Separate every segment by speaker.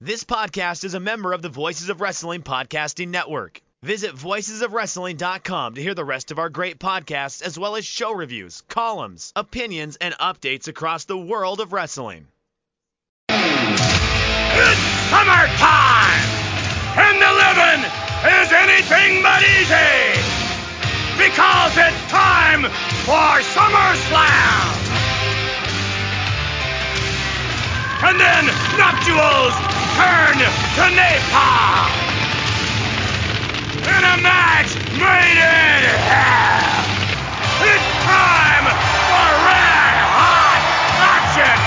Speaker 1: This podcast is a member of the Voices of Wrestling Podcasting Network. Visit voicesofwrestling.com to hear the rest of our great podcasts, as well as show reviews, columns, opinions, and updates across the world of wrestling.
Speaker 2: It's summertime, and the living is anything but easy because it's time for SummerSlam. And then nuptials turn to napalm in a match made in hell. It's time for red hot action.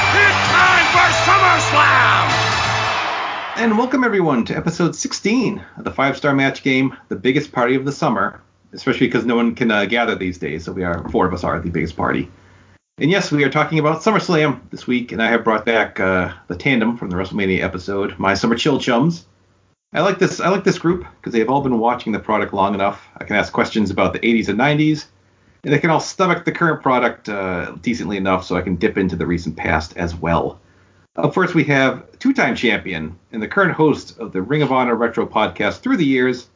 Speaker 2: It's time for SummerSlam.
Speaker 3: And welcome everyone to episode 16 of the Five Star Match Game, the biggest party of the summer, especially because no one can uh, gather these days, so we are four of us are the biggest party. And yes, we are talking about SummerSlam this week, and I have brought back uh, the tandem from the WrestleMania episode, my summer chill chums. I like this. I like this group because they have all been watching the product long enough. I can ask questions about the 80s and 90s, and they can all stomach the current product uh, decently enough, so I can dip into the recent past as well. Up first, we have two time champion and the current host of the Ring of Honor Retro podcast through the years,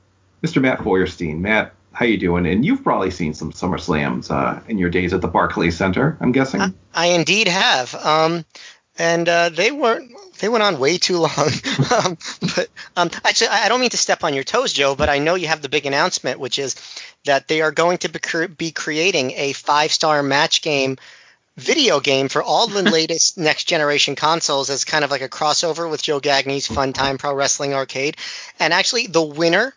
Speaker 3: Mr. Matt Feuerstein. Matt, how you doing? And you've probably seen some SummerSlams uh, in your days at the Barclays Center, I'm guessing.
Speaker 4: Uh-huh.
Speaker 5: I indeed have. Um, and uh, they weren't. They went on way too long. um, but um, actually, I I don't mean to step on your toes, Joe, but I know you have the big announcement, which is that they are going to be, cre- be creating a five-star match game video game for all the latest next generation consoles as kind of like a crossover with Joe Gagne's Fun Time Pro Wrestling Arcade. And actually, the winner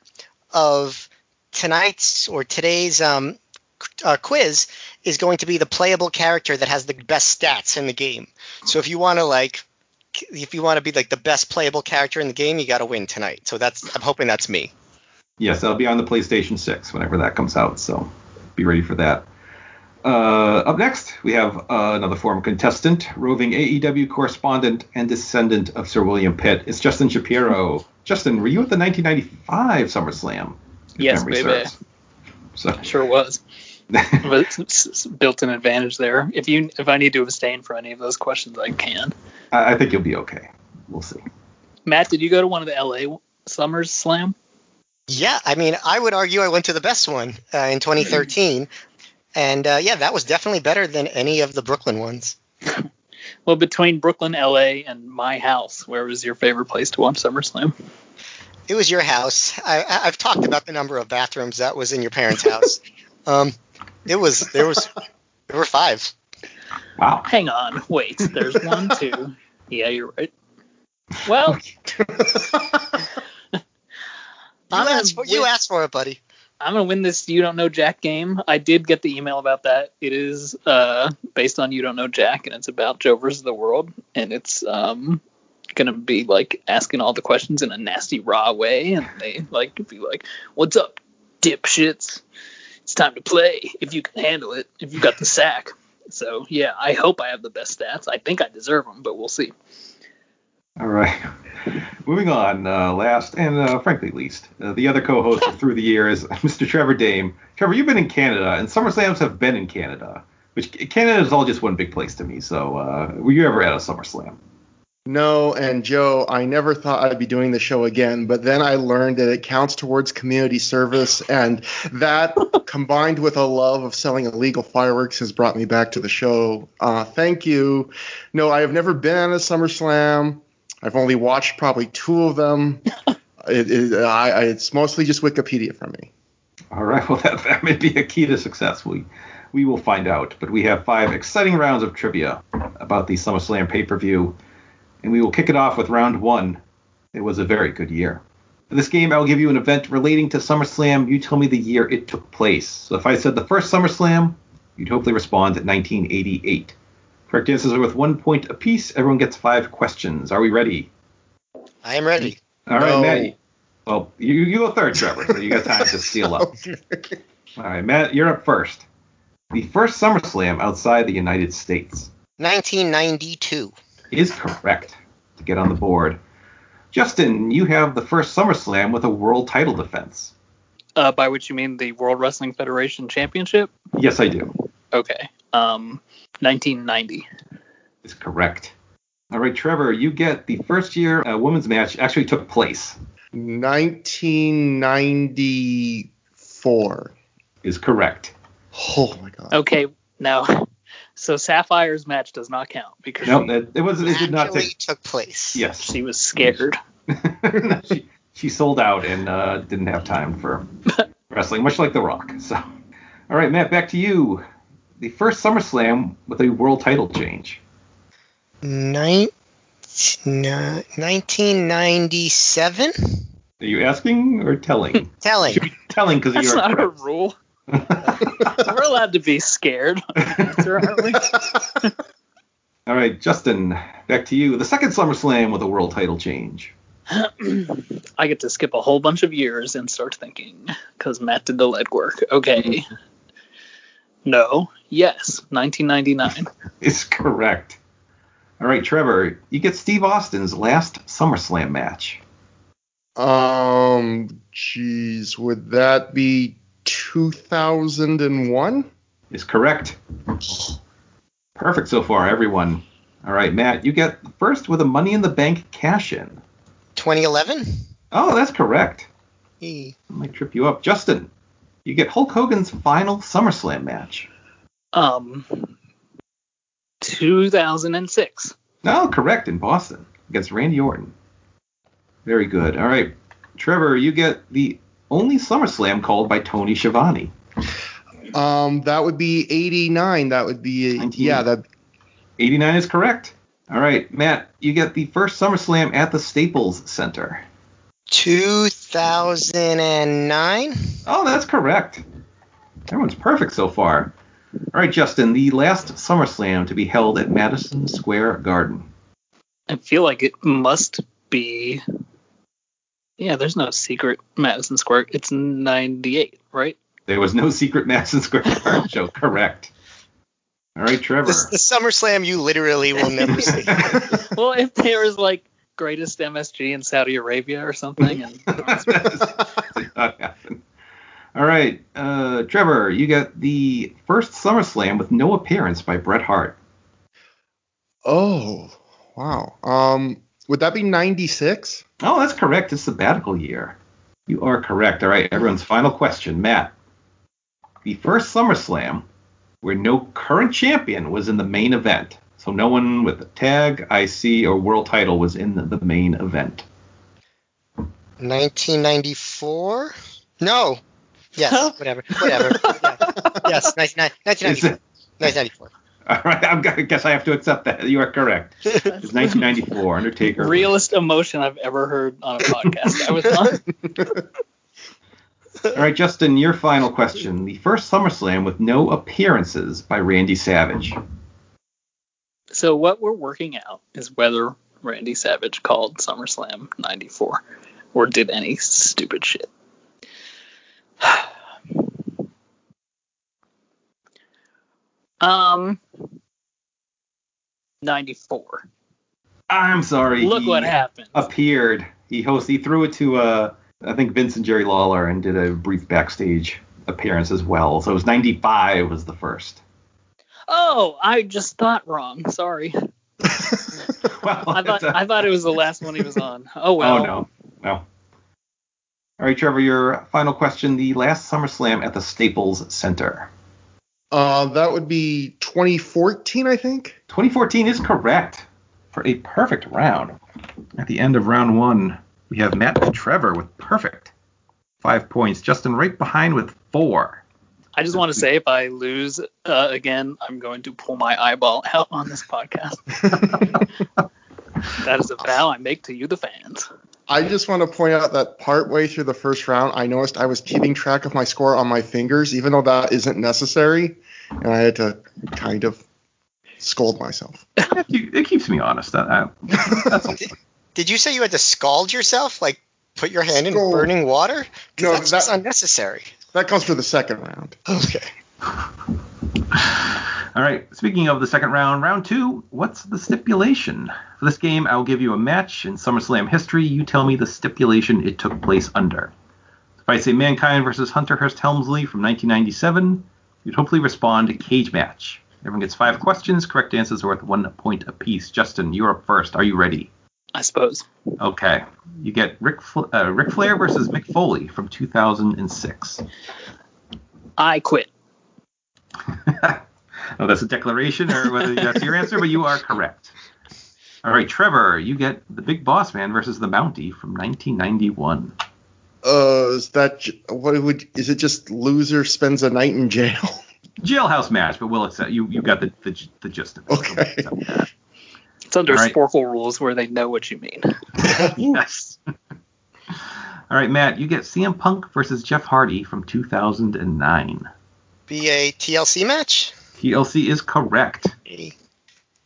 Speaker 5: of tonight's or today's um, qu- uh, quiz is going to be the playable character that has the best stats in the game. So if you want to like, k- if you want to be like the best playable character in the game, you got to win tonight. So that's I'm hoping that's me.
Speaker 3: Yes, that'll be on the PlayStation 6 whenever that comes out, so be ready for that. Uh, up next, we have uh, another former contestant, roving AEW correspondent and descendant of Sir William Pitt. It's Justin Shapiro. Justin, were you at the 1995 SummerSlam? If
Speaker 4: Yes,
Speaker 3: memory
Speaker 4: baby.
Speaker 3: serves. So,
Speaker 4: Sure was. But it's- it's- it's built-in advantage there. If you if I need to abstain for any of those questions, I can.
Speaker 3: I, I think you'll be okay. We'll see.
Speaker 4: Matt, did you go to one of the LA Summers Slam?
Speaker 5: Yeah, I mean, I would argue I went to the best one uh, in 2013, and uh, yeah, that was definitely better than any of the Brooklyn ones.
Speaker 4: Well, between Brooklyn, LA, and my house, where was your favorite place to watch SummerSlam?
Speaker 5: It was your house. I, I, I've talked about the number of bathrooms that was in your parents' house. um, it was there was there were five.
Speaker 3: Wow.
Speaker 4: Hang on, wait. There's one, two. Yeah, you're right. Well,
Speaker 5: You
Speaker 4: I'm
Speaker 5: asked for,
Speaker 4: gonna
Speaker 5: you
Speaker 4: win-
Speaker 5: asked for it, buddy.
Speaker 4: I'm gonna win this. You don't know Jack game. I did get the email about that. It is uh, based on You Don't Know Jack, and it's about Joe versus the world, and it's um, gonna be like asking all the questions in a nasty raw way, and they like be like, "What's up, dipshits? It's time to play. If you can handle it, if you got the sack." So yeah, I hope I have the best stats. I think I deserve them, but we'll see.
Speaker 3: All right. Moving on, uh, last and uh, frankly least, uh, the other co-host of through the years, Mr. Trevor Dame. Trevor, you've been in Canada, and SummerSlams have been in Canada, which Canada is all just one big place to me. So, uh, were you ever at a SummerSlam?
Speaker 6: No, and Joe, I never thought I'd be doing the show again, but then I learned that it counts towards community service, and that combined with a love of selling illegal fireworks has brought me back to the show. Uh, thank you. No, I have never been at a SummerSlam. I've only watched probably two of them. it, it, I, I, it's mostly just Wikipedia for me.
Speaker 3: All right. Well, that, that may be a key to success. We we will find out. But we have five exciting rounds of trivia about the SummerSlam pay-per-view, and we will kick it off with round one. It was a very good year. For this game, I will give you an event relating to SummerSlam. You tell me the year it took place. So if I said the first SummerSlam, you'd hopefully respond at 1988. Correct answers are worth one point apiece. Everyone gets five questions. Are we ready?
Speaker 5: I am ready.
Speaker 3: All right,
Speaker 6: No.
Speaker 3: Matt. Well, you, you go third, Trevor, so you got time to steal up. All right, Matt, you're up first. The first SummerSlam outside the United States
Speaker 5: 1992.
Speaker 3: is correct to get on the board. Justin, you have the first SummerSlam with a world title defense.
Speaker 4: Uh, by which you mean the World Wrestling Federation Championship?
Speaker 3: Yes, I do.
Speaker 4: Okay. Um, 1990.
Speaker 3: Is correct. All right, Trevor, you get the first year a women's match actually took place
Speaker 6: 1994.
Speaker 3: is correct.
Speaker 6: Oh my god.
Speaker 4: Okay, now, so Sapphire's match does not count because
Speaker 3: No,
Speaker 4: she,
Speaker 3: it, it was it did not
Speaker 5: Actually
Speaker 3: take.
Speaker 5: took place.
Speaker 3: Yes,
Speaker 4: she was scared.
Speaker 3: she, she sold out and uh, didn't have time for wrestling, much like The Rock. So, all right, Matt, back to you. The first SummerSlam with a world title change.
Speaker 5: Nin- ni- 1997?
Speaker 3: Are you asking or telling?
Speaker 5: Telling.
Speaker 3: Should be telling because
Speaker 4: That's
Speaker 3: you're
Speaker 4: not a
Speaker 3: correct.
Speaker 4: rule. We're allowed to be scared. aren't we?
Speaker 3: All right, Justin, back to you. The second SummerSlam with a world title change.
Speaker 4: I get to skip a whole bunch of years and start thinking because Matt did the legwork. Okay. No. Yes. 1999.
Speaker 3: Is correct. All right, Trevor, you get Steve Austin's last SummerSlam match.
Speaker 6: Um, jeez, would that be 2001?
Speaker 3: Is correct. Perfect so far, everyone. All right, Matt, you get first with a Money in the Bank cash in.
Speaker 5: 2011?
Speaker 3: Oh, that's correct.
Speaker 5: E.
Speaker 3: I might trip you up. Justin, you get Hulk Hogan's final SummerSlam match.
Speaker 4: Um. 2006.
Speaker 3: No, Oh, correct in Boston against Randy Orton. Very good. All right, Trevor, you get the only SummerSlam called by Tony Schiavone.
Speaker 6: Um, that would be 89. That would be,
Speaker 3: Nineteen.
Speaker 6: yeah, that
Speaker 3: 89 is correct. All right, Matt, you get the first SummerSlam at the Staples Center.
Speaker 5: 2009?
Speaker 3: Oh, that's correct. Everyone's perfect so far. All right, Justin, the last SummerSlam to be held at Madison Square Garden.
Speaker 4: I feel like it must be. Yeah, there's no secret Madison Square. It's 98, right?
Speaker 3: There was no secret Madison Square Garden show. Correct. All right, Trevor.
Speaker 5: This, the SummerSlam you literally will never see.
Speaker 4: Well, if there was like greatest MSG in Saudi Arabia or something, and
Speaker 3: Did not happen. All right, uh, Trevor, you got the first SummerSlam with no appearance by Bret Hart.
Speaker 6: Oh, wow. Um, would that be 96?
Speaker 3: Oh, that's correct. It's sabbatical year. You are correct. All right, everyone's final question, Matt. The first SummerSlam where no current champion was in the main event. So no one with a tag, IC, or world title was in the the main event.
Speaker 5: 1994? No. Yes, whatever. Whatever. Yeah. Yes, 1990
Speaker 3: Is it-
Speaker 5: 1994. 1994.
Speaker 3: all right, I'm, I guess I have to accept that. You are correct. It's 1994. Undertaker.
Speaker 4: realest emotion I've ever heard on a podcast. I was on.
Speaker 3: All right, Justin, your final question. The first SummerSlam with no appearances by Randy Savage.
Speaker 4: So what we're working out is whether Randy Savage called SummerSlam 94 or did any stupid shit. um 94.
Speaker 3: I'm sorry.
Speaker 4: Look
Speaker 3: he
Speaker 4: what happened.
Speaker 3: Uh, Appeared. He host. He threw it to uh, I think Vince and Jerry Lawler and did a brief backstage appearance as well. So it was 95 was the first.
Speaker 4: Oh, I just thought wrong. Sorry.
Speaker 3: Well,
Speaker 4: I
Speaker 3: it's
Speaker 4: thought
Speaker 3: a-
Speaker 4: I thought it was the last one he was on. Oh well.
Speaker 3: oh no, no. All right, Trevor, your final question. The last SummerSlam at the Staples Center.
Speaker 6: Uh, that would be 2014, I think.
Speaker 3: 2014 is correct for a perfect round. At the end of round one, we have Matt and Trevor with perfect five points. Justin right behind with four.
Speaker 4: I just want to say if I lose uh, again, I'm going to pull my eyeball out on this podcast. that is a vow I make to you, the fans.
Speaker 6: I just want to point out that partway through the first round, I noticed I was keeping track of my score on my fingers, even though that isn't necessary, and I had to kind of scold myself.
Speaker 3: It keep- it keeps me honest. I- I- that's all.
Speaker 5: Did you say you had to scald yourself? Like put your hand in
Speaker 6: Scald.
Speaker 5: burning water? 'Cause
Speaker 6: No,
Speaker 5: that's just
Speaker 6: that-
Speaker 5: unnecessary.
Speaker 6: That comes for the second round.
Speaker 5: Okay.
Speaker 3: All right. Speaking of the second round, round two, what's the stipulation? For this game, I'll give you a match in SummerSlam history. You tell me the stipulation it took place under. If I say Mankind versus Hunter Hearst Helmsley from 1997, you'd hopefully respond to cage match. Everyone gets five questions. Correct answers are worth one point apiece. Justin, you're up first. Are you ready?
Speaker 4: I suppose.
Speaker 3: Okay. You get Rick, Fla- uh, Rick Flair versus Mick Foley from 2006.
Speaker 4: I quit.
Speaker 3: Oh, that's a declaration or whether that's your answer, but you are correct. All right, Trevor, you get The Big Boss Man versus The Mountie from 1991.
Speaker 6: Uh, is that j- what would? Is it just loser spends a night in jail?
Speaker 3: Jailhouse match, but we'll accept you. You got the the, g- the gist of it. so we'll
Speaker 6: Okay.
Speaker 3: accept that.
Speaker 4: It's under
Speaker 3: All right.
Speaker 4: Sporkle rules where they know what you mean.
Speaker 3: yes. All right, Matt, you get CM Punk versus Jeff Hardy from 2009.
Speaker 5: Be a TLC match?
Speaker 3: TLC is correct.
Speaker 5: Eh,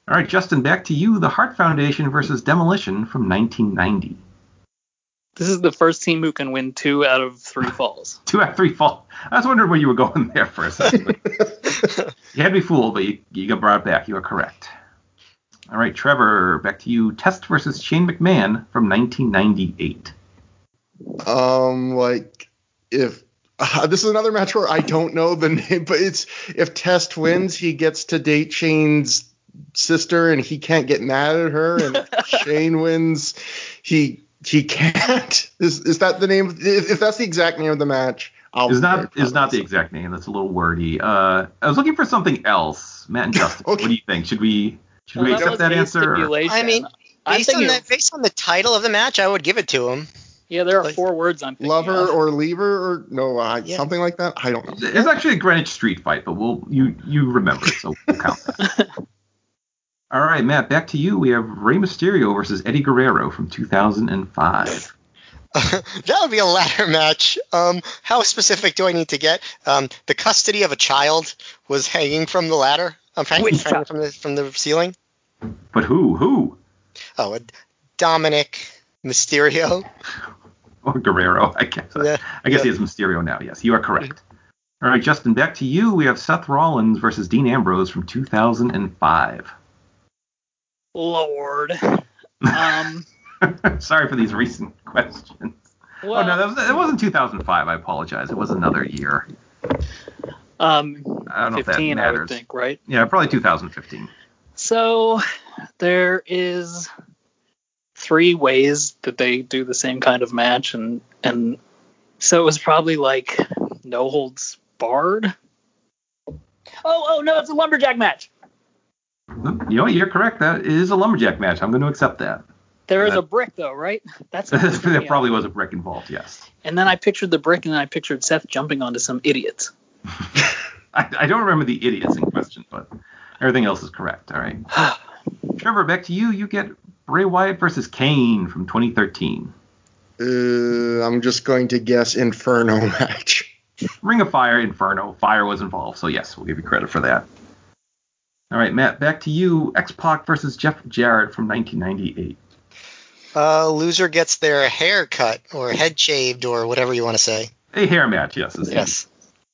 Speaker 3: All right, Justin, back to you. The Hart Foundation versus Demolition from 1990.
Speaker 4: This is the first team who can win two out of three falls.
Speaker 3: Two out of three fall. I was wondering where you were going there for a second. You had me fooled, but you, you got brought back. You are correct. All right, Trevor, back to you. Test versus Shane McMahon from 1998.
Speaker 6: Um, like if uh, this is another match where I don't know the name, but it's if Test wins, he gets to date Shane's sister, and he can't get mad at her. And if Shane wins, he he can't. Is is that the name? If, if that's the exact name of the match, I'll
Speaker 3: Is
Speaker 6: be
Speaker 3: not
Speaker 6: very
Speaker 3: is not the
Speaker 6: proud
Speaker 3: exact name. That's a little wordy. Uh, I was looking for something else. Matt and Justin,
Speaker 6: Okay.
Speaker 3: what do you think? Should we should
Speaker 4: Well,
Speaker 3: we
Speaker 4: that
Speaker 3: accept
Speaker 4: was
Speaker 3: that
Speaker 4: a
Speaker 3: answer? or-
Speaker 4: stipulation.
Speaker 5: I mean,
Speaker 4: I'm
Speaker 5: based on
Speaker 4: thinking-
Speaker 5: that, based on the title of the match, I would give it to him.
Speaker 4: yeah, there are four words I'm
Speaker 6: of
Speaker 4: thinking.
Speaker 6: myself. Lover
Speaker 4: of.
Speaker 6: or leaver or no, uh,
Speaker 5: Yeah.
Speaker 6: something like that. I don't know.
Speaker 3: It's actually a Greenwich Street fight, but we'll you you remember, so we'll count that. All right, Matt, back to you. We have Rey Mysterio versus Eddie Guerrero from 2005.
Speaker 5: that would be a ladder match. Um, how specific do I need to get? Um, the custody of a child was hanging from the ladder. I'm hanging
Speaker 4: Which
Speaker 5: from, from the from the ceiling.
Speaker 3: But who who
Speaker 5: Oh, a Dominic Mysterio.
Speaker 3: or Oh, Guerrero? I guess.
Speaker 5: Yeah,
Speaker 3: I guess
Speaker 5: yeah.
Speaker 3: he is Mysterio now. Yes, you are correct. All right, Justin, back to you. We have Seth Rollins versus Dean Ambrose from 2005.
Speaker 4: Lord. Um,
Speaker 3: Sorry for these recent questions.
Speaker 4: well,
Speaker 3: oh no, that, was, that wasn't 2005. I apologize. It was another year.
Speaker 4: um,
Speaker 3: I don't know
Speaker 4: 15,
Speaker 3: if that
Speaker 4: I would
Speaker 3: matters.
Speaker 4: think, right?
Speaker 3: Yeah, probably 2015.
Speaker 4: So there is three ways that they do the same kind of match, and and so it was probably like no holds barred. Oh, oh no, it's a lumberjack match.
Speaker 3: You know, you're correct. That is a lumberjack match. I'm going to accept that.
Speaker 4: There is
Speaker 3: Uh,
Speaker 4: a brick though, right? That's what threw
Speaker 3: there
Speaker 4: me off.
Speaker 3: probably was a brick involved. Yes.
Speaker 4: And then I pictured the brick, and then I pictured Seth jumping onto some idiots.
Speaker 3: I, I don't remember the idiots in question, but everything else is correct. All right. Trevor, back to you. You get Bray Wyatt versus Kane from 2013.
Speaker 6: Uh, I'm just going to guess Inferno match.
Speaker 3: Ring of Fire, Inferno. Fire was involved, so yes, we'll give you credit for that. All right, Matt, back to you. X Pac versus Jeff Jarrett from 1998.
Speaker 5: Uh, loser gets their hair cut or head shaved or whatever you want to say.
Speaker 3: A hair match, yes, is
Speaker 5: Yes.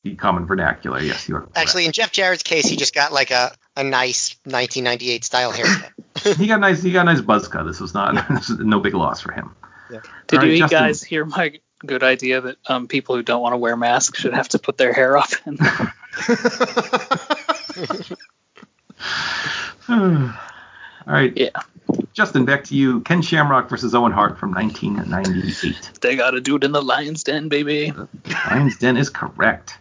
Speaker 3: the common vernacular. Yes, you are. correct.
Speaker 5: Actually, in Jeff Jarrett's case, he just got like a, a nice 1998 style haircut.
Speaker 3: he got a nice. He got a nice buzz cut. This was not this is no big loss for him.
Speaker 4: Did
Speaker 3: All right,
Speaker 4: you
Speaker 3: Justin.
Speaker 4: guys hear my good idea that um, people who don't want to wear masks should have to put their hair up? And
Speaker 3: All right,
Speaker 4: yeah,
Speaker 3: Justin, back to you. Ken Shamrock versus Owen Hart from 1998.
Speaker 4: they gotta do it in the lion's den, baby.
Speaker 3: Lions Den is correct.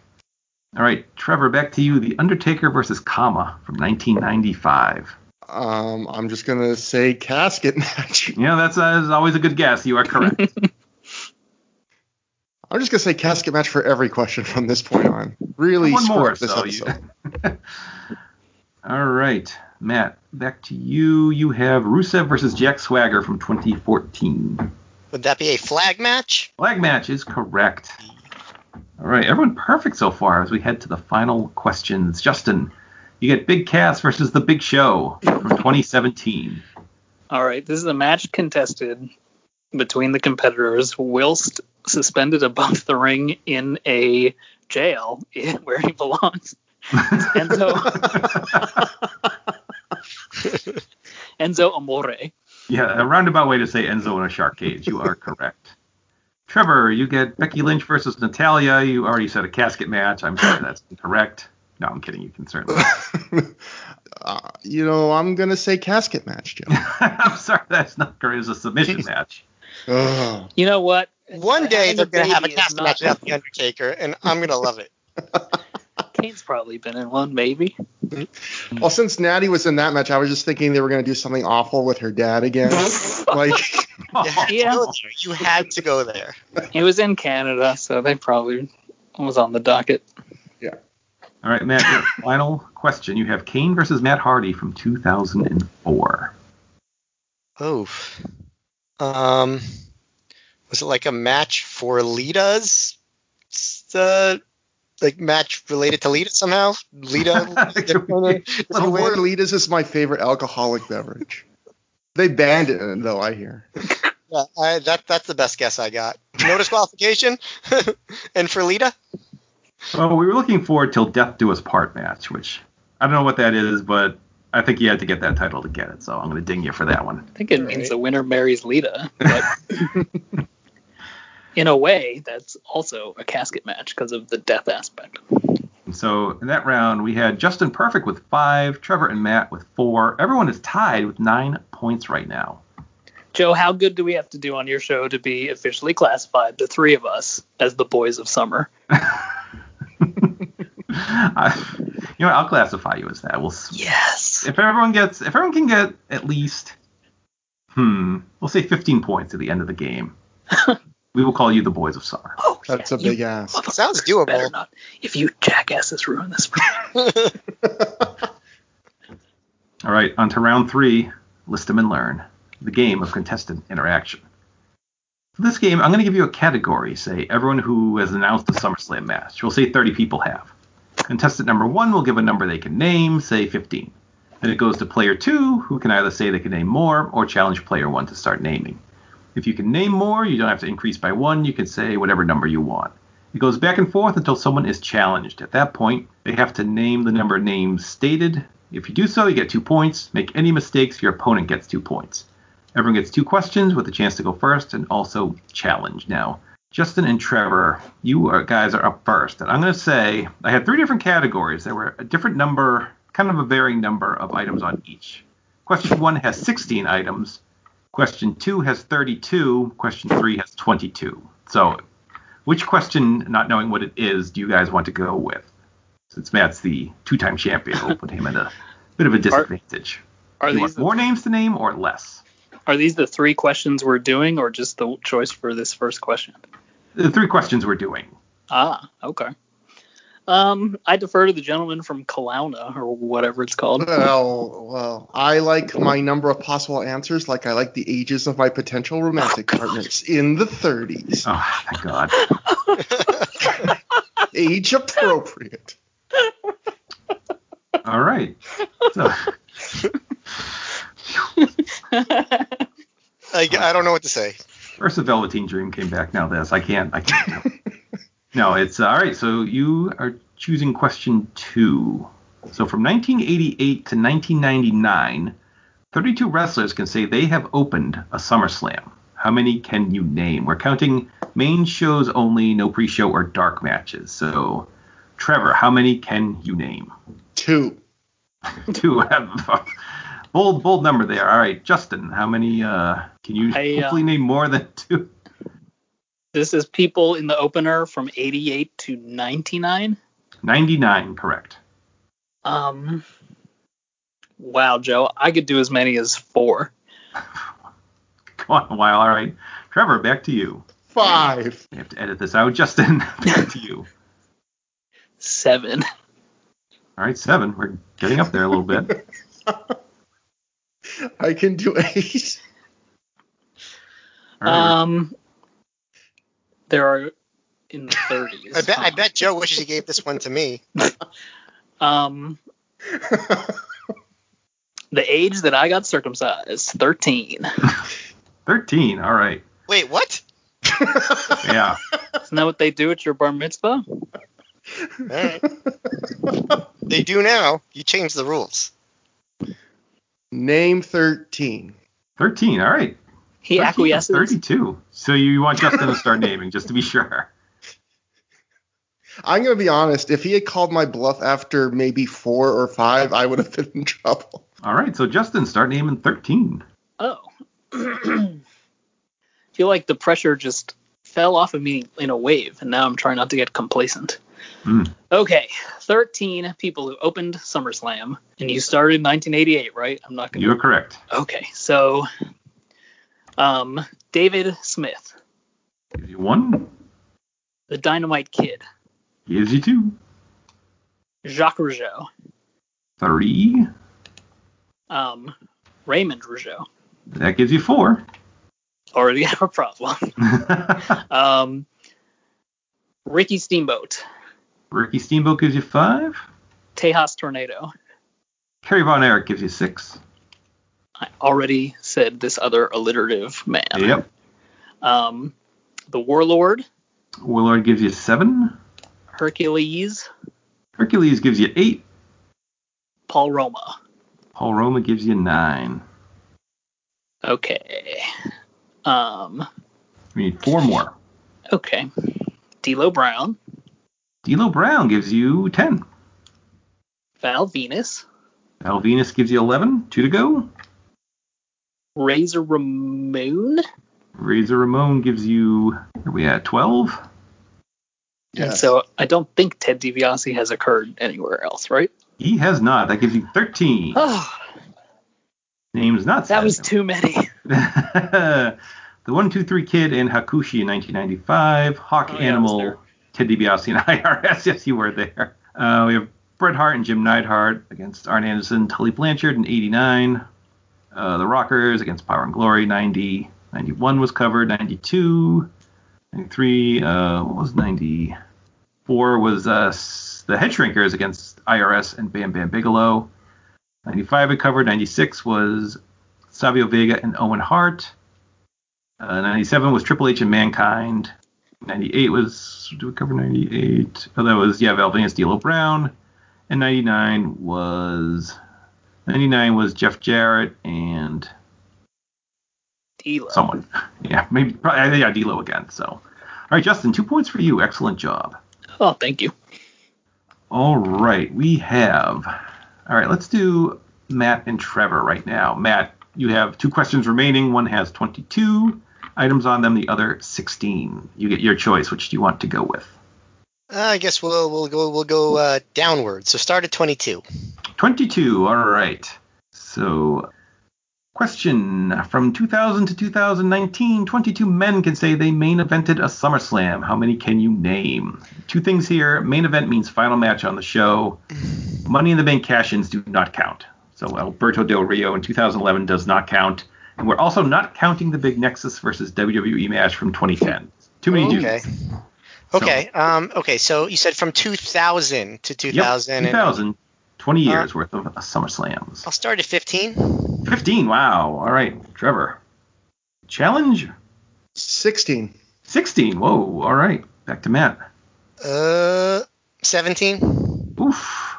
Speaker 3: All right, Trevor, back to you. The Undertaker versus Kama from 1995.
Speaker 6: Um, I'm just gonna say casket match.
Speaker 3: Yeah, that's, uh, that's always a good guess. You are correct.
Speaker 6: I'm just gonna say casket match for every question from this point on. Really
Speaker 3: One
Speaker 6: screwed
Speaker 3: more.
Speaker 6: up this
Speaker 3: so you-
Speaker 6: episode.
Speaker 3: All right, Matt, back to you. You have Rusev versus Jack Swagger from 2014.
Speaker 5: Would that be a flag match?
Speaker 3: Flag match is correct. All right, everyone perfect so far as we head to the final questions. Justin, you get Big Cass versus The Big Show from 2017.
Speaker 4: All right, this is a match contested between the competitors whilst suspended above the ring in a jail where he belongs. Enzo, Enzo Amore.
Speaker 3: Yeah, a roundabout way to say Enzo in a shark cage. You are correct. Trevor, you get Becky Lynch versus Natalia. You already said a casket match. I'm sorry, that's incorrect. No, I'm kidding. You can certainly.
Speaker 6: Uh, you know, I'm gonna say casket match, Joe.
Speaker 3: I'm sorry, that's not it was a submission match.
Speaker 6: Ugh.
Speaker 4: You know what?
Speaker 5: One day
Speaker 4: Having
Speaker 5: they're going to have a
Speaker 4: baby is
Speaker 5: cast
Speaker 4: not-
Speaker 5: match without The Undertaker, and I'm going to love it.
Speaker 4: Kane's probably been in one, maybe.
Speaker 6: Well, since Natty was in that match, I was just thinking they were gonna do something awful with her dad again. like,
Speaker 5: You had to
Speaker 4: Yeah.
Speaker 5: go there. You had to go there.
Speaker 4: He was in Canada, so they probably was on the docket.
Speaker 3: All right, Matt. Your final question. You have Kane versus Matt Hardy from 2004.
Speaker 5: Oof. Um, was it like a match for Lita's? Uh, like match related to Lita somehow? Lita?
Speaker 6: the word Litas is my favorite alcoholic beverage. They banned it though, I hear.
Speaker 5: yeah, I, that, that's the best guess I got. No disqualification? and for Lita?
Speaker 3: Well, we were looking forward till Death Do Us Part match, which I don't know what that is, but I think you had to get that title to get it, so I'm going to ding you for that one.
Speaker 4: I think it means the winner marries Lita, but in a way, that's also a casket match because of the death aspect.
Speaker 3: And so in that round, we had Justin Perfect with five, Trevor and Matt with four. Everyone is tied with nine points right now.
Speaker 4: Joe, how good do we have to do on your show to be officially classified, the three of us, as the boys of summer?
Speaker 3: I, you know, what, I'll classify you as that. We'll s-
Speaker 4: Yes.
Speaker 3: if everyone gets if everyone can get at least hmm, we'll say 15 points at the end of the game. we will call you the boys of summer.
Speaker 4: Oh,
Speaker 6: That's
Speaker 4: yeah,
Speaker 6: a big
Speaker 4: you
Speaker 6: ass.
Speaker 4: motherfuckers
Speaker 5: Sounds doable.
Speaker 4: Better not. If you jackasses ruin this, for me.
Speaker 3: All right, on to round three list them and learn the game of contestant interaction. For this game, I'm going to give you a category, say everyone who has announced a SummerSlam match. We'll say 30 people have. Contestant number one will give a number they can name, say 15. Then it goes to player two, who can either say they can name more or challenge player one to start naming. If you can name more, you don't have to increase by one. You can say whatever number you want. It goes back and forth until someone is challenged. At that point, they have to name the number of names stated. If you do so, you get two points. Make any mistakes, your opponent gets two points. Everyone gets two questions with a chance to go first and also challenge. Now, Justin and Trevor, you are, guys are up first. And I'm going to say I had three different categories. There were a different number, kind of a varying number of items on each. Question one has 16 items. Question two has 32. Question three has 22. So, which question, not knowing what it is, do you guys want to go with? Since Matt's the two time champion, we'll put him at a bit of a disadvantage.
Speaker 4: Are
Speaker 3: do you
Speaker 4: these
Speaker 3: want
Speaker 4: the,
Speaker 3: more names to name or less?
Speaker 4: are these the three questions we're doing, or just the choice for this first question?
Speaker 3: The three questions we're doing.
Speaker 4: Ah, okay. Um, I defer to the gentleman from Kelowna or whatever it's called.
Speaker 6: Well, well, I like my number of possible answers like I like the ages of my potential romantic partners in the 30s.
Speaker 3: Oh, thank God.
Speaker 6: Age appropriate.
Speaker 3: All right. So,
Speaker 5: I, I don't know what to say.
Speaker 3: first, the Velveteen Dream came back. Now this. I can't. I can't. No, it's uh, all right. So you are choosing question two. So from 1988 to 1999, 32 wrestlers can say they have opened a SummerSlam. How many can you name? We're counting main shows only, no pre-show or dark matches. So, Trevor, how many can you name?
Speaker 6: Two.
Speaker 3: Two. bold, bold number there. All right, Justin, how many? Uh, can you
Speaker 4: I, uh,
Speaker 3: hopefully name more than two?
Speaker 4: This is people in the opener from 88 to 99.
Speaker 3: 99, correct.
Speaker 4: Um, wow, Joe, I could do as many as four.
Speaker 3: Go on a while. All right, Trevor, back to you.
Speaker 6: Five.
Speaker 3: I have to edit this out. Justin, back to you.
Speaker 4: Seven.
Speaker 3: All right, seven. We're getting up there a little bit.
Speaker 6: I can do eight.
Speaker 3: All right,
Speaker 4: Um, there are in the 30s.
Speaker 5: I bet, I bet Joe wishes he gave this one to me.
Speaker 4: Um, the age that I got circumcised, 13.
Speaker 3: 13. All right.
Speaker 5: Wait, what?
Speaker 3: Yeah.
Speaker 4: Isn't that what they do at your bar mitzvah?
Speaker 5: All right. they do now. You changed the rules.
Speaker 6: Name 13.
Speaker 3: 13. All right.
Speaker 4: He
Speaker 3: 13,
Speaker 4: acquiesces.
Speaker 3: 32. So you want Justin to start naming, just to be sure.
Speaker 6: I'm going to be honest. If he had called my bluff after maybe four or five, I would have been in trouble.
Speaker 3: All right, so Justin, start naming 13.
Speaker 4: Oh. I feel like the pressure just fell off of me in a wave, and now I'm trying not to get complacent.
Speaker 3: Hmm.
Speaker 4: Okay, 13 people who opened SummerSlam, and you started in 1988, right? I'm not going
Speaker 3: You are correct.
Speaker 4: to. Okay, so um, David Smith,
Speaker 3: Gives you one,
Speaker 4: the Dynamite Kid,
Speaker 3: gives you two,
Speaker 4: Jacques Rougeau,
Speaker 3: three,
Speaker 4: um, Raymond Rougeau.
Speaker 3: that gives you four.
Speaker 4: Already have a problem. Um, Ricky Steamboat,
Speaker 3: Ricky Steamboat gives you five.
Speaker 4: Tejas Tornado.
Speaker 3: Kerry Von Erich gives you six.
Speaker 4: I already said this other alliterative man.
Speaker 3: Yep.
Speaker 4: Um, the Warlord,
Speaker 3: Willard gives you seven.
Speaker 4: Hercules,
Speaker 3: Hercules gives you eight.
Speaker 4: Paul Roma.
Speaker 3: Paul Roma gives you nine.
Speaker 4: Okay. Um,
Speaker 3: We need four more.
Speaker 4: okay. D'Lo Brown,
Speaker 3: D'Lo Brown gives you ten.
Speaker 4: Val Venus,
Speaker 3: Al Venus gives you eleven. Two to go.
Speaker 4: Razor Ramon.
Speaker 3: Razor Ramon gives you. Are we at twelve?
Speaker 4: And so I don't think Ted DiBiase has occurred anywhere else, right?
Speaker 3: He has not. That gives you thirteen.
Speaker 4: Oh,
Speaker 3: Name's not.
Speaker 4: that
Speaker 3: said.
Speaker 4: was too many.
Speaker 3: the one two three kid and Hakushi in 1995. Hawk
Speaker 4: Oh, yeah, I was there.
Speaker 3: Animal, Ted DiBiase and IRS. Yes, you were there. Uh, we have Bret Hart and Jim Neidhart against Arn Anderson, Tully Blanchard in 89. Uh, the Rockers against Power and Glory 90. 91 was covered. 92. 93. Uh, what was 94? Was uh, s- the Head Shrinkers against IRS and Bam Bam Bigelow. 95 had covered. 96 was Savio Vega and Owen Hart. Uh, 97 was Triple H and Mankind. 98 was, do we cover 98? Oh, that was, yeah, Val Vance, D'Lo Brown. And 99 was, 99 was Jeff Jarrett and
Speaker 4: D'Lo.
Speaker 3: someone. Yeah, maybe, probably, yeah, D'Lo again. So, all right, Justin, two points for you. Excellent job.
Speaker 4: Oh, thank you.
Speaker 3: All right, we have. All right, let's do Matt and Trevor right now. Matt, you have two questions remaining. One has 22 items on them, the other 16. You get your choice. Which do you want to go with?
Speaker 5: Uh, I guess we'll we'll go we'll go uh, downward. So start at 22.
Speaker 3: 22. All right. So, question from 2000 to 2019 22 men can say they main evented a SummerSlam. How many can you name? Two things here main event means final match on the show, Money in the Bank cash ins do not count. So, Alberto Del Rio in 2011 does not count. And we're also not counting the big Nexus versus WWE match from 2010. Too many dudes.
Speaker 5: Oh, Okay. Okay. Um, okay. So you said from 2000 to
Speaker 3: Yep,
Speaker 5: 2000. and
Speaker 3: 2000, 20
Speaker 5: Uh,
Speaker 3: years worth of SummerSlams.
Speaker 5: I'll start at 15.
Speaker 3: 15. Wow. All right, Trevor. Challenge
Speaker 6: 16.
Speaker 3: 16. Whoa. All right. Back to Matt.
Speaker 5: Uh, 17.
Speaker 3: Oof.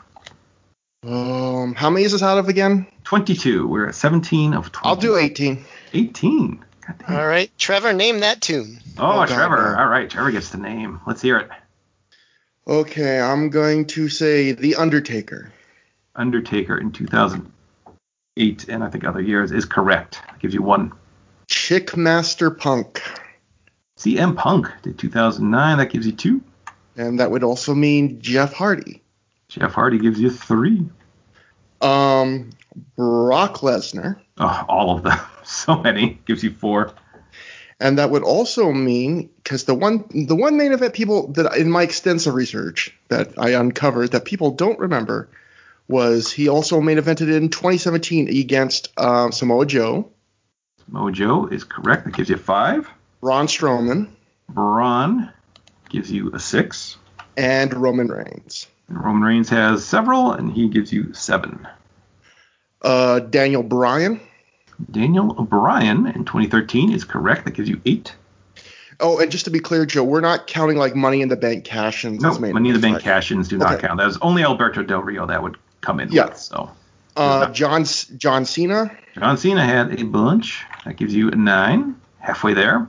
Speaker 6: Um, how many is this out of again?
Speaker 3: 22. We're at 17 of 20.
Speaker 6: I'll do 18.
Speaker 3: 18. God damn.
Speaker 5: All right, Trevor, name that tune.
Speaker 3: Oh,
Speaker 6: Oh, God,
Speaker 3: Trevor.
Speaker 6: yeah.
Speaker 3: All right. Trevor gets the name. Let's hear it.
Speaker 6: Okay, I'm going to say The Undertaker.
Speaker 3: Undertaker in 2008 and I think other years is correct. That gives you one.
Speaker 6: Chickmaster Punk.
Speaker 3: CM Punk did 2009. That gives you two.
Speaker 6: And that would also mean Jeff Hardy.
Speaker 3: Jeff Hardy gives you three.
Speaker 6: Um, Brock Lesnar.
Speaker 3: Oh, all of them. So many. Gives you four.
Speaker 6: And that would also mean because the one the one main event people that in my extensive research that I uncovered that people don't remember was he also main evented in 2017 against uh, Samoa Joe,
Speaker 3: Mojo is correct. That gives you five.
Speaker 6: Ron Strowman,
Speaker 3: Braun gives you a six.
Speaker 6: and Roman Reigns.
Speaker 3: And Roman Reigns has several, and he gives you seven.
Speaker 6: Uh, Daniel Bryan.
Speaker 3: Daniel O'Brien in 2013 is correct. That gives you eight.
Speaker 6: Oh, and just to be clear, Joe, we're not counting like Money in the Bank cash and
Speaker 3: No, Money in the Bank cash-ins do not
Speaker 6: Okay.
Speaker 3: count. That was only Alberto Del Rio that would come in.
Speaker 6: Yeah.
Speaker 3: With, so
Speaker 6: Uh, John C- John Cena.
Speaker 3: John Cena had a bunch. That gives you a nine. Halfway there.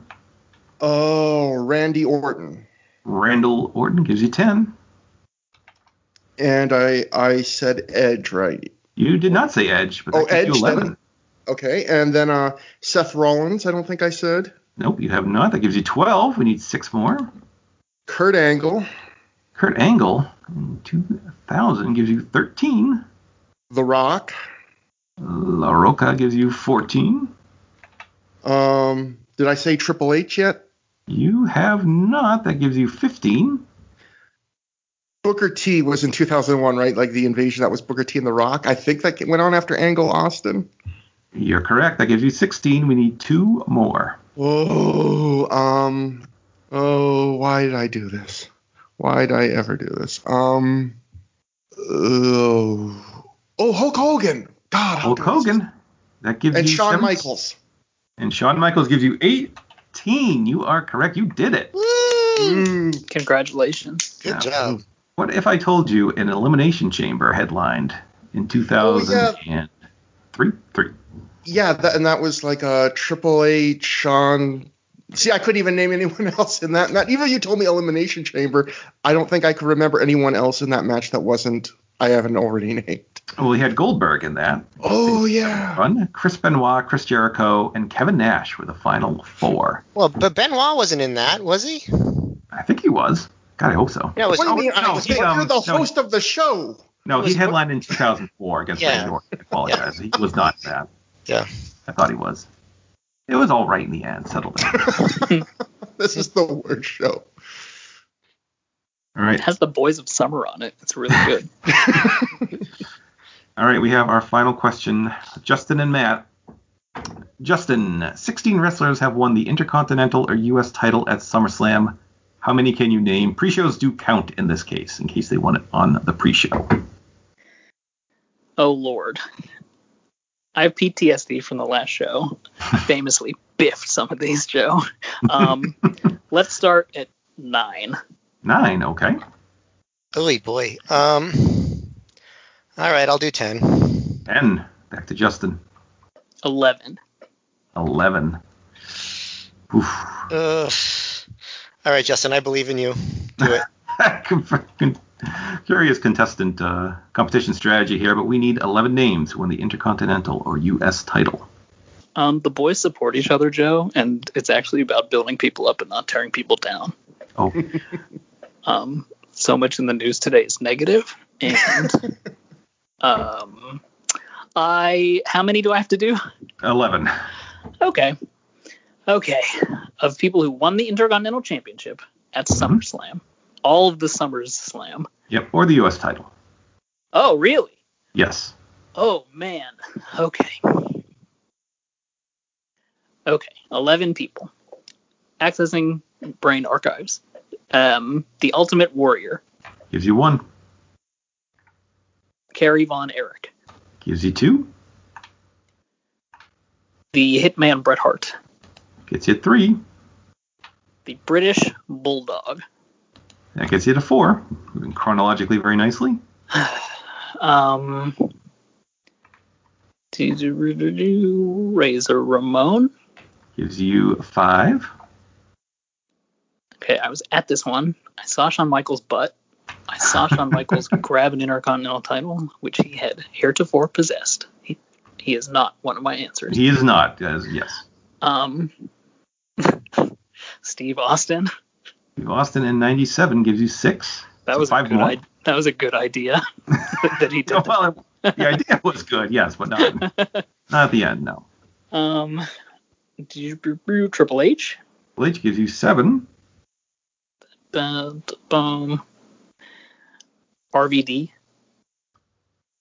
Speaker 6: Oh, Randy Orton.
Speaker 3: Randall Orton gives you ten.
Speaker 6: and I I said Edge right.
Speaker 3: You did not say Edge, but that
Speaker 6: Oh,
Speaker 3: gives you
Speaker 6: Edge, that-
Speaker 3: 11.
Speaker 6: Okay, and then uh, Seth Rollins. I don't think I said
Speaker 3: Nope, you have not. That gives you 12. We need six more.
Speaker 6: Kurt Angle,
Speaker 3: Kurt Angle in 2000 gives you 13.
Speaker 6: The Rock.
Speaker 3: La Roca gives you 14.
Speaker 6: Um, did I say Triple H yet?
Speaker 3: You have not. That gives you 15.
Speaker 6: Booker T was in 2001, right? Like the invasion that was Booker T and The Rock. I think that went on after Angle Austin.
Speaker 3: You're correct. That gives you 16. We need two more.
Speaker 6: Oh, um, oh, why did I do this? Why did I ever do this? Um, oh, oh, Hulk Hogan. God, how
Speaker 3: Hulk
Speaker 6: did I do this?
Speaker 3: Hogan. That gives
Speaker 6: and
Speaker 3: you
Speaker 6: Shawn
Speaker 3: seven-
Speaker 6: Michaels.
Speaker 3: And Shawn Michaels gives you 18. You are correct. You did it.
Speaker 6: Mm,
Speaker 4: Congratulations.
Speaker 5: Good
Speaker 3: Yeah.
Speaker 5: job.
Speaker 3: What if I told you an elimination chamber headlined in 2003? Three.
Speaker 6: yeah, that, and that was like a Triple H, Shawn. See, I couldn't even name anyone else in that match. Even you told me Elimination Chamber. I don't think I could remember anyone else in that match that wasn't I haven't already named.
Speaker 3: Well, we had Goldberg in that.
Speaker 6: Oh yeah.
Speaker 3: Run. Chris Benoit, Chris Jericho, and Kevin Nash were the final four.
Speaker 5: Well, but Benoit wasn't in that, was he?
Speaker 3: I think he was. God, I hope so.
Speaker 5: No, it was
Speaker 6: What do you mean? I
Speaker 3: no,
Speaker 6: was
Speaker 3: he,
Speaker 6: you're
Speaker 3: um,
Speaker 6: the
Speaker 3: no,
Speaker 6: host of the show.
Speaker 3: No,
Speaker 5: was-
Speaker 3: he headlined in 2004 against
Speaker 5: Yeah.
Speaker 3: Randy Orton. I apologize. He was not in that.
Speaker 5: Yeah.
Speaker 3: I thought he was. It was all right in the end. Settled down.
Speaker 6: This is the worst show.
Speaker 3: All right.
Speaker 4: It has the Boys of Summer on it. It's really good.
Speaker 3: All right, we have our final question. Justin and Matt. Justin, 16 wrestlers have won the Intercontinental or U.S. title at SummerSlam. How many can you name? Pre shows do count in this case, in case they won it on the pre show.
Speaker 4: Oh lord. I have PTSD from the last show. Famously biffed some of these, Joe. Um, let's start at nine.
Speaker 3: Nine, okay.
Speaker 5: Holy boy. Um. All right, I'll do ten.
Speaker 3: Ten. Back to Justin.
Speaker 4: Eleven.
Speaker 3: 11. Oof.
Speaker 5: Ugh. All right, Justin, I believe in you. Do it.
Speaker 3: Curious contestant uh, competition strategy here, but we need 11 names who won the Intercontinental or U.S. title.
Speaker 4: Um, the boys support each other, Joe, and it's actually about building people up and not tearing people down.
Speaker 3: Oh,
Speaker 4: Um, so much in the news today is negative, and um, I how many do I have to do?
Speaker 3: 11.
Speaker 4: Okay, okay. Of people who won the Intercontinental Championship at SummerSlam, all of the Summers Slam.
Speaker 3: Yep, or the U.S. title.
Speaker 4: Oh, really?
Speaker 3: Yes.
Speaker 4: Oh man. Okay. Okay. Eleven people accessing brain archives. Um, the Ultimate Warrior,
Speaker 3: Gives you one.
Speaker 4: Kerry Von Erich,
Speaker 3: Gives you two.
Speaker 4: the Hitman Bret Hart,
Speaker 3: Gets you three.
Speaker 4: the British Bulldog,
Speaker 3: That gets you to four. Moving chronologically very nicely.
Speaker 4: um, do- do- do- do- Razor Ramon.
Speaker 3: Gives you five.
Speaker 4: Okay, I was at this one. I saw Shawn Michaels' butt. I saw Shawn Michaels grab an Intercontinental title, which he had heretofore possessed. He, he is not one of my answers.
Speaker 3: He is not. As, yes.
Speaker 4: Um, Steve Austin.
Speaker 3: Steve Austin in 97 gives you six.
Speaker 4: That
Speaker 3: So
Speaker 4: was a
Speaker 3: five
Speaker 4: good.
Speaker 3: more.
Speaker 4: I, that was a good idea that he did.
Speaker 3: No, well, the idea was good, yes, but not, not at the end, no.
Speaker 4: that. Um, Triple H.
Speaker 3: Triple H gives you seven.
Speaker 4: Bum, bum. RVD.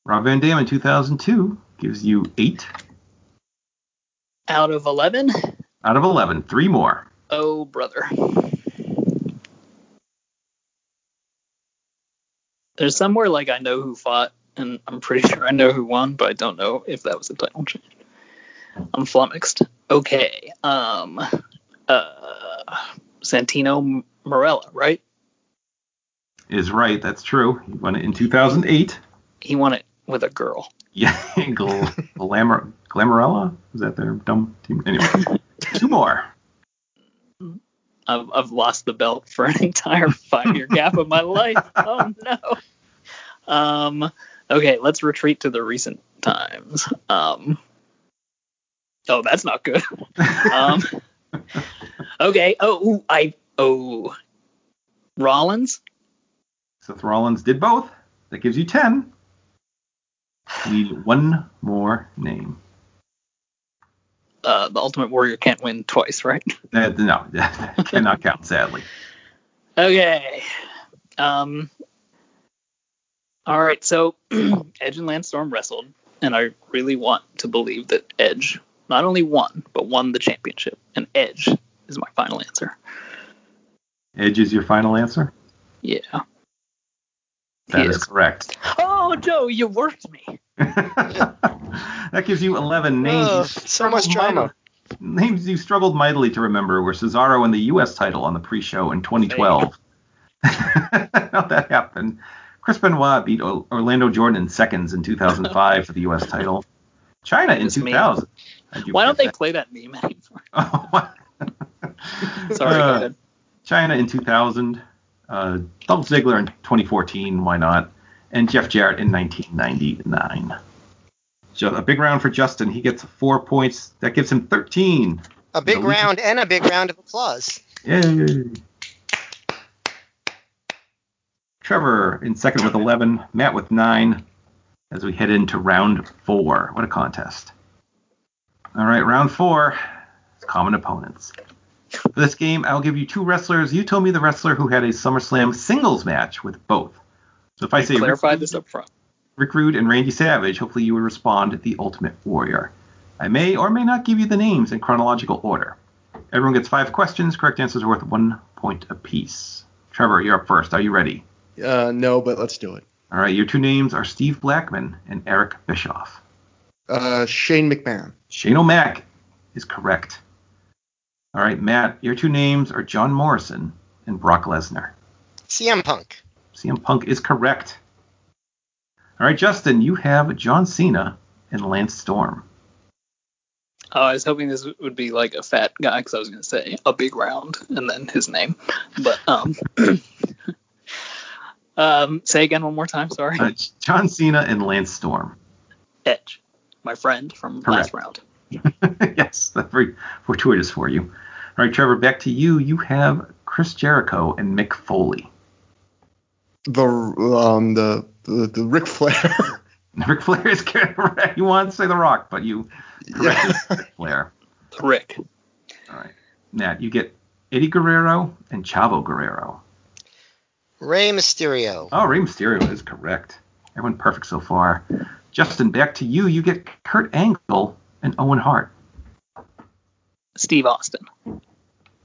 Speaker 3: Rob Van Dam in 2002 gives you eight
Speaker 4: Out of eleven.
Speaker 3: out of 11. Three more.
Speaker 4: Oh brother. There's somewhere like I know who fought, and I'm pretty sure I know who won, but I don't know if that was a title change. I'm flummoxed. Okay. Um. Uh. Santino Morella, right?
Speaker 3: Is right, that's true. He won it in 2008.
Speaker 4: He won it with a girl.
Speaker 3: Yeah, Gl- Glamour, Glamorella? Is that their dumb team? Anyway, two more.
Speaker 4: I've, I've lost the belt for an entire five-year gap of my life. Oh no. Um, okay, let's retreat to the recent times. Um, oh, that's not good. um, okay. Oh, ooh, I. Oh. Rollins.
Speaker 3: Seth Rollins did both. That gives you 10. Need one more name.
Speaker 4: Uh, the Ultimate Warrior can't win twice, right?
Speaker 3: That, Uh, no, that cannot count, sadly.
Speaker 4: Okay. Um. All right. So Edge and Landstorm wrestled, and I really want to believe that Edge not only won but won the championship, and Edge is my final answer.
Speaker 3: Edge is your final answer?
Speaker 4: Yeah.
Speaker 3: That is
Speaker 4: Yes.
Speaker 3: correct.
Speaker 4: Oh, Joe, you worked me.
Speaker 3: that gives you 11 names.
Speaker 5: Ugh,
Speaker 3: You
Speaker 5: so much
Speaker 3: struggled
Speaker 5: drama.
Speaker 3: mightily- Names you struggled mightily to remember were Cesaro and the U.S. title on the pre-show in 2012. How'd that happen? Chris Benoit beat O- Orlando Jordan in seconds in 2005 for the U.S. title. China in
Speaker 4: It's me.
Speaker 3: 2000. How'd you
Speaker 4: Why don't they
Speaker 3: forget
Speaker 4: play that meme anymore?
Speaker 3: that? Oh,
Speaker 4: Sorry,
Speaker 3: Uh,
Speaker 4: go ahead.
Speaker 3: China in 2000, uh, Dolph Ziggler in 2014, why not? And Jeff Jarrett in 1999. So a big round for Justin. He gets four points. That gives him 13.
Speaker 5: A big
Speaker 3: No, we-
Speaker 5: round and a big round of applause.
Speaker 3: Yay. Trevor in second with 11, Matt with 9 as we head into round 4. What a contest. All right, round 4, common opponents. For this game, I'll give you two wrestlers. You tell me the wrestler who had a SummerSlam singles match with both. So if I say Rick,
Speaker 4: Clarify this up front.
Speaker 3: Rick Rude and Randy Savage, hopefully you would respond the Ultimate Warrior. I may or may not give you the names in chronological order. Everyone gets five questions. Correct answers worth one point apiece. Trevor, you're up first. Are you ready?
Speaker 6: Uh, no, but let's do it.
Speaker 3: All right, your two names are Steve Blackman and Eric Bischoff.
Speaker 6: Uh, Shane McMahon.
Speaker 3: Shane O'Mac is correct. All right, Matt, your two names are John Morrison and Brock Lesnar.
Speaker 5: CM Punk.
Speaker 3: CM Punk is correct. All right, Justin, you have John Cena and Lance Storm.
Speaker 4: Oh, I was hoping this would be like a fat guy because I was going to say a big round and then his name. But um, um, say again one more time. Sorry.
Speaker 3: Uh, John Cena and Lance Storm.
Speaker 4: Edge, my friend from
Speaker 3: Correct.
Speaker 4: last round.
Speaker 3: yes, that's very fortuitous for you. All right, Trevor, back to you. You have Chris Jericho and Mick Foley.
Speaker 6: The um the the, the Ric Flair.
Speaker 3: Ric Flair is correct. You want to say The Rock, but you correct
Speaker 6: Yeah.
Speaker 3: it's Ric Flair.
Speaker 4: Rick.
Speaker 3: All right, Matt, you get Eddie Guerrero and Chavo Guerrero.
Speaker 5: Rey Mysterio.
Speaker 3: Oh, Rey Mysterio is correct. Everyone perfect so far. Justin, back to you. You get Kurt Angle and Owen Hart.
Speaker 4: Steve Austin.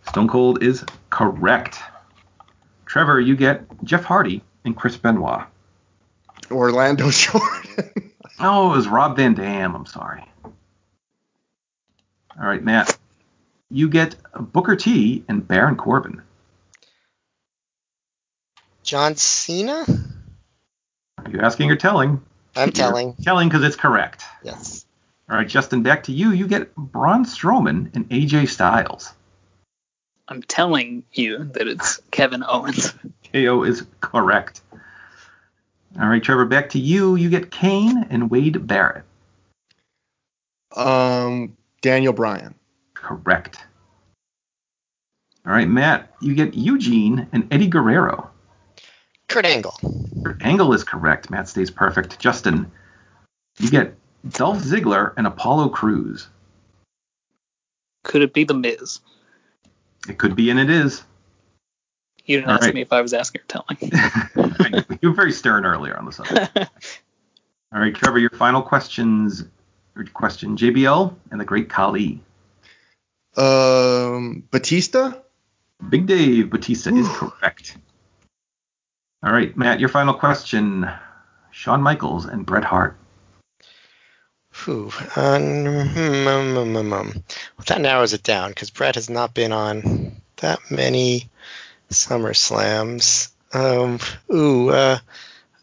Speaker 3: Stone Cold is correct. Trevor, you get Jeff Hardy and Chris Benoit.
Speaker 6: Orlando Jordan.
Speaker 3: Oh, it was Rob Van Dam. I'm sorry. All right, Matt. You get Booker T and Baron Corbin.
Speaker 5: John Cena?
Speaker 3: Are you asking or telling?
Speaker 5: I'm telling.
Speaker 3: Telling because it's correct.
Speaker 5: Yes.
Speaker 3: All right, Justin, back to you. You get Braun Strowman and AJ Styles.
Speaker 4: I'm telling you that it's Kevin Owens.
Speaker 3: KO is correct. All right, Trevor, back to you. You get Kane and Wade Barrett.
Speaker 6: um, Daniel Bryan.
Speaker 3: Correct. All right, Matt, you get Eugene and Eddie Guerrero.
Speaker 5: Kurt Angle.
Speaker 3: Angle is correct. Matt stays perfect. Justin, you get Dolph Ziggler and Apollo Cruz.
Speaker 4: Could it be The Miz?
Speaker 3: It could be, and it is.
Speaker 4: You didn't
Speaker 3: All
Speaker 4: ask
Speaker 3: right.
Speaker 4: me if I was asking or telling.
Speaker 3: you were very stern earlier on the subject. All right, Trevor, your final questions. your Question JBL and the Great Khali.
Speaker 6: Um, Batista.
Speaker 3: Big Dave Batista is correct. All right, Matt, your final question. Shawn Michaels and Bret Hart.
Speaker 5: Whew. Um, hmm, um, um, um, um. Well, that narrows it down because Brett has not been on that many Summer Slams. Um, ooh, uh,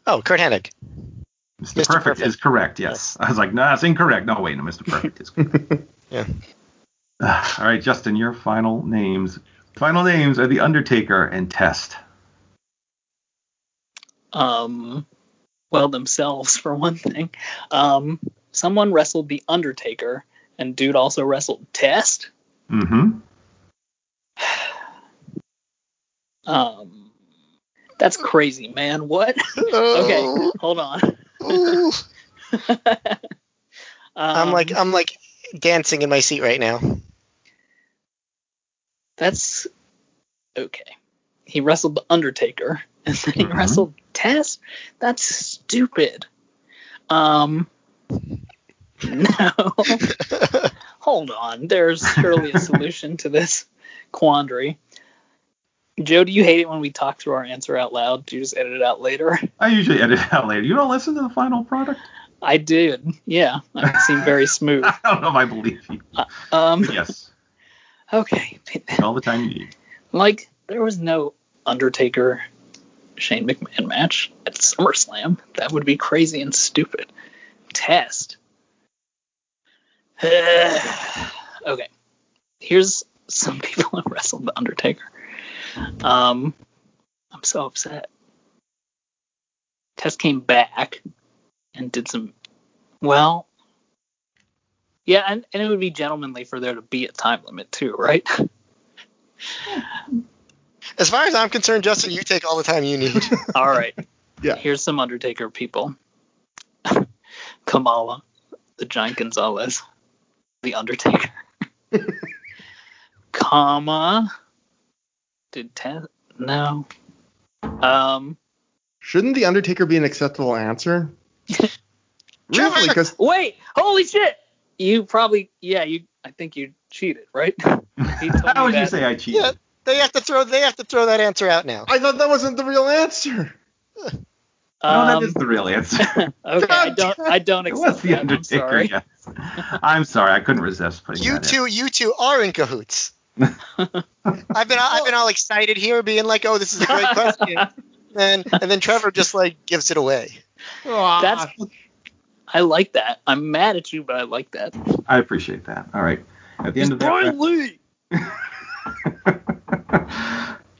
Speaker 5: oh, Kurt Hennig.
Speaker 3: Mr.
Speaker 5: Mr.
Speaker 3: Perfect,
Speaker 5: Perfect.
Speaker 3: is correct. Yes. I was like, nah, it's incorrect. No, wait, no, Mr. Perfect is correct.
Speaker 5: Yeah.
Speaker 3: Uh, all right, Justin, your final names. Final names are The Undertaker and Test.
Speaker 4: um, well themselves for one thing. Um, someone wrestled the Undertaker, and dude also wrestled Test.
Speaker 3: Mm-hmm.
Speaker 4: Um, that's crazy, man. What?
Speaker 5: Oh.
Speaker 4: okay, hold on.
Speaker 5: Ooh.
Speaker 4: um,
Speaker 5: I'm like uh, I'm like dancing in my seat right now.
Speaker 4: that's okay. He wrestled the Undertaker, and then he
Speaker 5: Mm-hmm.
Speaker 3: Mhm.
Speaker 4: wrestled Test. That's stupid. Um, no. Hold on. There's surely a solution to this quandary. Joe, do you hate it when we talk through our answer out loud? Do you just edit it out later?
Speaker 3: I usually edit it out later. You don't listen to the final product?
Speaker 4: I did. Yeah, I seem very smooth.
Speaker 3: I don't know if I believe you.
Speaker 4: Um,
Speaker 3: Yes.
Speaker 4: okay.
Speaker 3: All the time you need.
Speaker 4: Like there was no Undertaker Shane McMahon match at SummerSlam. That would be crazy and stupid. Test. okay. Here's some people who wrestled the Undertaker. Um I'm so upset. Test came back and did some well yeah, and, and it would be gentlemanly for there to be a time limit too, right?
Speaker 5: As far as I'm concerned, Justin, you take all the time you need.
Speaker 4: All right.
Speaker 6: Yeah.
Speaker 4: Here's some Undertaker people. Kamala, the Giant Gonzalez, the Undertaker. Comma. Did ten? No. Um.
Speaker 6: Shouldn't the Undertaker be an acceptable answer? really? Because
Speaker 4: Wait. Holy shit. You probably. Yeah. You. I think you cheated, right? He told me
Speaker 3: How would you
Speaker 4: that.
Speaker 3: say I cheated?
Speaker 5: yeah, they have to throw they have to throw that answer out now.
Speaker 6: I thought that wasn't the real answer.
Speaker 3: No, that
Speaker 4: Um,
Speaker 3: is the real answer.
Speaker 4: okay. I don't. I don't
Speaker 3: It
Speaker 4: accept
Speaker 3: was the
Speaker 4: that. I'm
Speaker 3: Undertaker.
Speaker 4: sorry.
Speaker 3: Yes. I'm sorry. I couldn't resist putting
Speaker 5: You
Speaker 3: that in.
Speaker 5: two, you two are in cahoots. I've been I've been all excited here, being like, "Oh, this is a great question," and and then Trevor just like gives it away.
Speaker 4: That's. I like that. I'm mad at you, but I like that.
Speaker 3: I appreciate that. All right. At the end of that,
Speaker 4: Lee.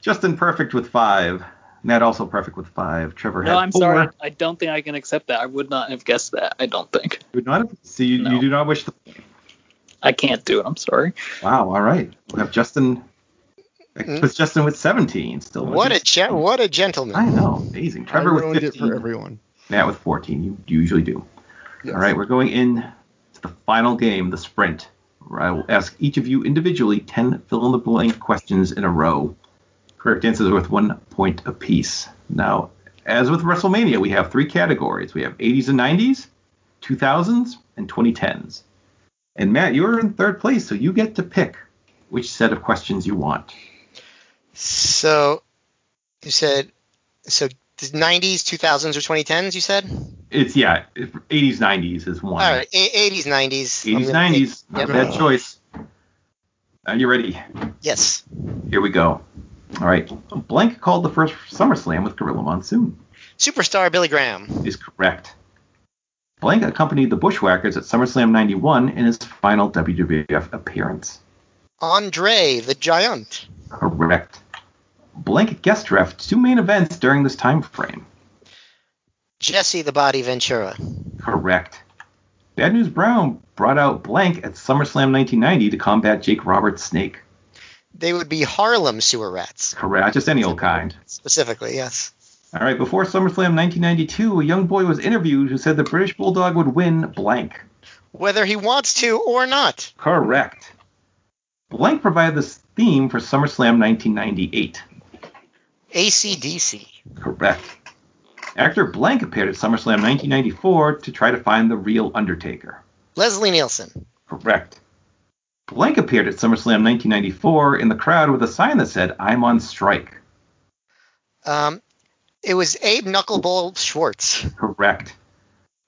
Speaker 3: Justin perfect with five. Nat also perfect with five. Trevor
Speaker 4: No,
Speaker 3: had
Speaker 4: I'm
Speaker 3: four.
Speaker 4: sorry. I don't think I can accept that. I would not have guessed that. I don't think.
Speaker 3: You would not have- so you,
Speaker 4: No.
Speaker 3: you do not wish the.
Speaker 4: I can't do it. I'm sorry.
Speaker 3: Wow. All right. We have Justin.
Speaker 6: Mm.
Speaker 3: It was Justin with 17 still.
Speaker 5: What a gen- what a
Speaker 3: I
Speaker 5: gentleman!
Speaker 3: know. Amazing. Trevor
Speaker 6: I
Speaker 3: with
Speaker 6: ruined
Speaker 3: 15.
Speaker 6: it for everyone.
Speaker 3: Nat with 14. You you usually do. All right, we're going in to the final game, the sprint, where I will ask each of you individually 10 fill in the blank questions in a row. Correct answers are worth one point apiece. Now, as with WrestleMania, we have three categories we have 80s and 90s, 2000s, and 2010s. And Matt, you're in third place, so you get to pick which set of questions you want.
Speaker 5: So you said so the 90s, 2000s, or 2010s? You said
Speaker 3: It's, yeah, it- 80s, 90s is one.
Speaker 5: all right, a- 80s, 90s. I'm
Speaker 3: 80s,
Speaker 5: gonna take-
Speaker 3: 90s, not a
Speaker 5: Yep.
Speaker 3: bad choice. Are you ready?
Speaker 5: Yes.
Speaker 3: Here we go. All right. Blank called the first SummerSlam with Gorilla Monsoon.
Speaker 5: Superstar Billy Graham.
Speaker 3: Is correct. Blank accompanied the Bushwhackers at SummerSlam 91 in his final WWF appearance.
Speaker 5: Andre the Giant.
Speaker 3: Correct. Blank guest ref two main events during this time frame.
Speaker 5: Jesse the Body Ventura.
Speaker 3: Correct. Bad News Brown brought out Blank at SummerSlam 1990 to combat Jake Roberts Snake.
Speaker 5: They would be Harlem sewer rats,
Speaker 3: Correct. Just any old kind.
Speaker 5: specifically. Yes.
Speaker 3: All right. Before SummerSlam 1992, a young boy was interviewed who said the British Bulldog would win Blank.
Speaker 5: Whether he wants to or not.
Speaker 3: Correct. Blank provided this theme for SummerSlam 1998.
Speaker 5: ACDC.
Speaker 3: Correct. Actor Blank appeared at SummerSlam 1994 to try to find the real Undertaker.
Speaker 5: Leslie Nielsen.
Speaker 3: Correct. Blank appeared at SummerSlam 1994 in the crowd with a sign that said, I'm on strike.
Speaker 5: Um, it was Abe Knuckleball Schwartz.
Speaker 3: Correct.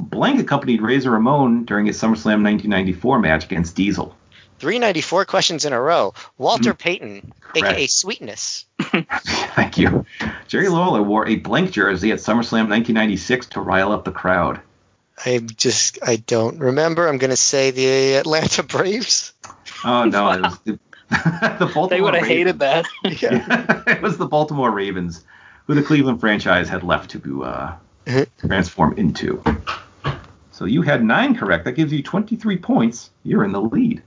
Speaker 3: Blank accompanied Razor Ramon during his SummerSlam 1994 match against Diesel.
Speaker 5: 394 questions in a row. Walter
Speaker 6: Mm-hmm.
Speaker 5: Payton, aka
Speaker 3: Correct.
Speaker 5: Sweetness.
Speaker 3: Thank you. Jerry Lawler wore a blank jersey at SummerSlam 1996 to rile up the crowd.
Speaker 5: I just I don't remember. I'm gonna say the Atlanta Braves.
Speaker 3: Oh no, it was the, the Baltimore.
Speaker 4: They would have hated that.
Speaker 3: that. it was the Baltimore Ravens, who the Cleveland franchise had left to uh, transform into. So you had nine correct. That gives you 23 points. You're in the lead.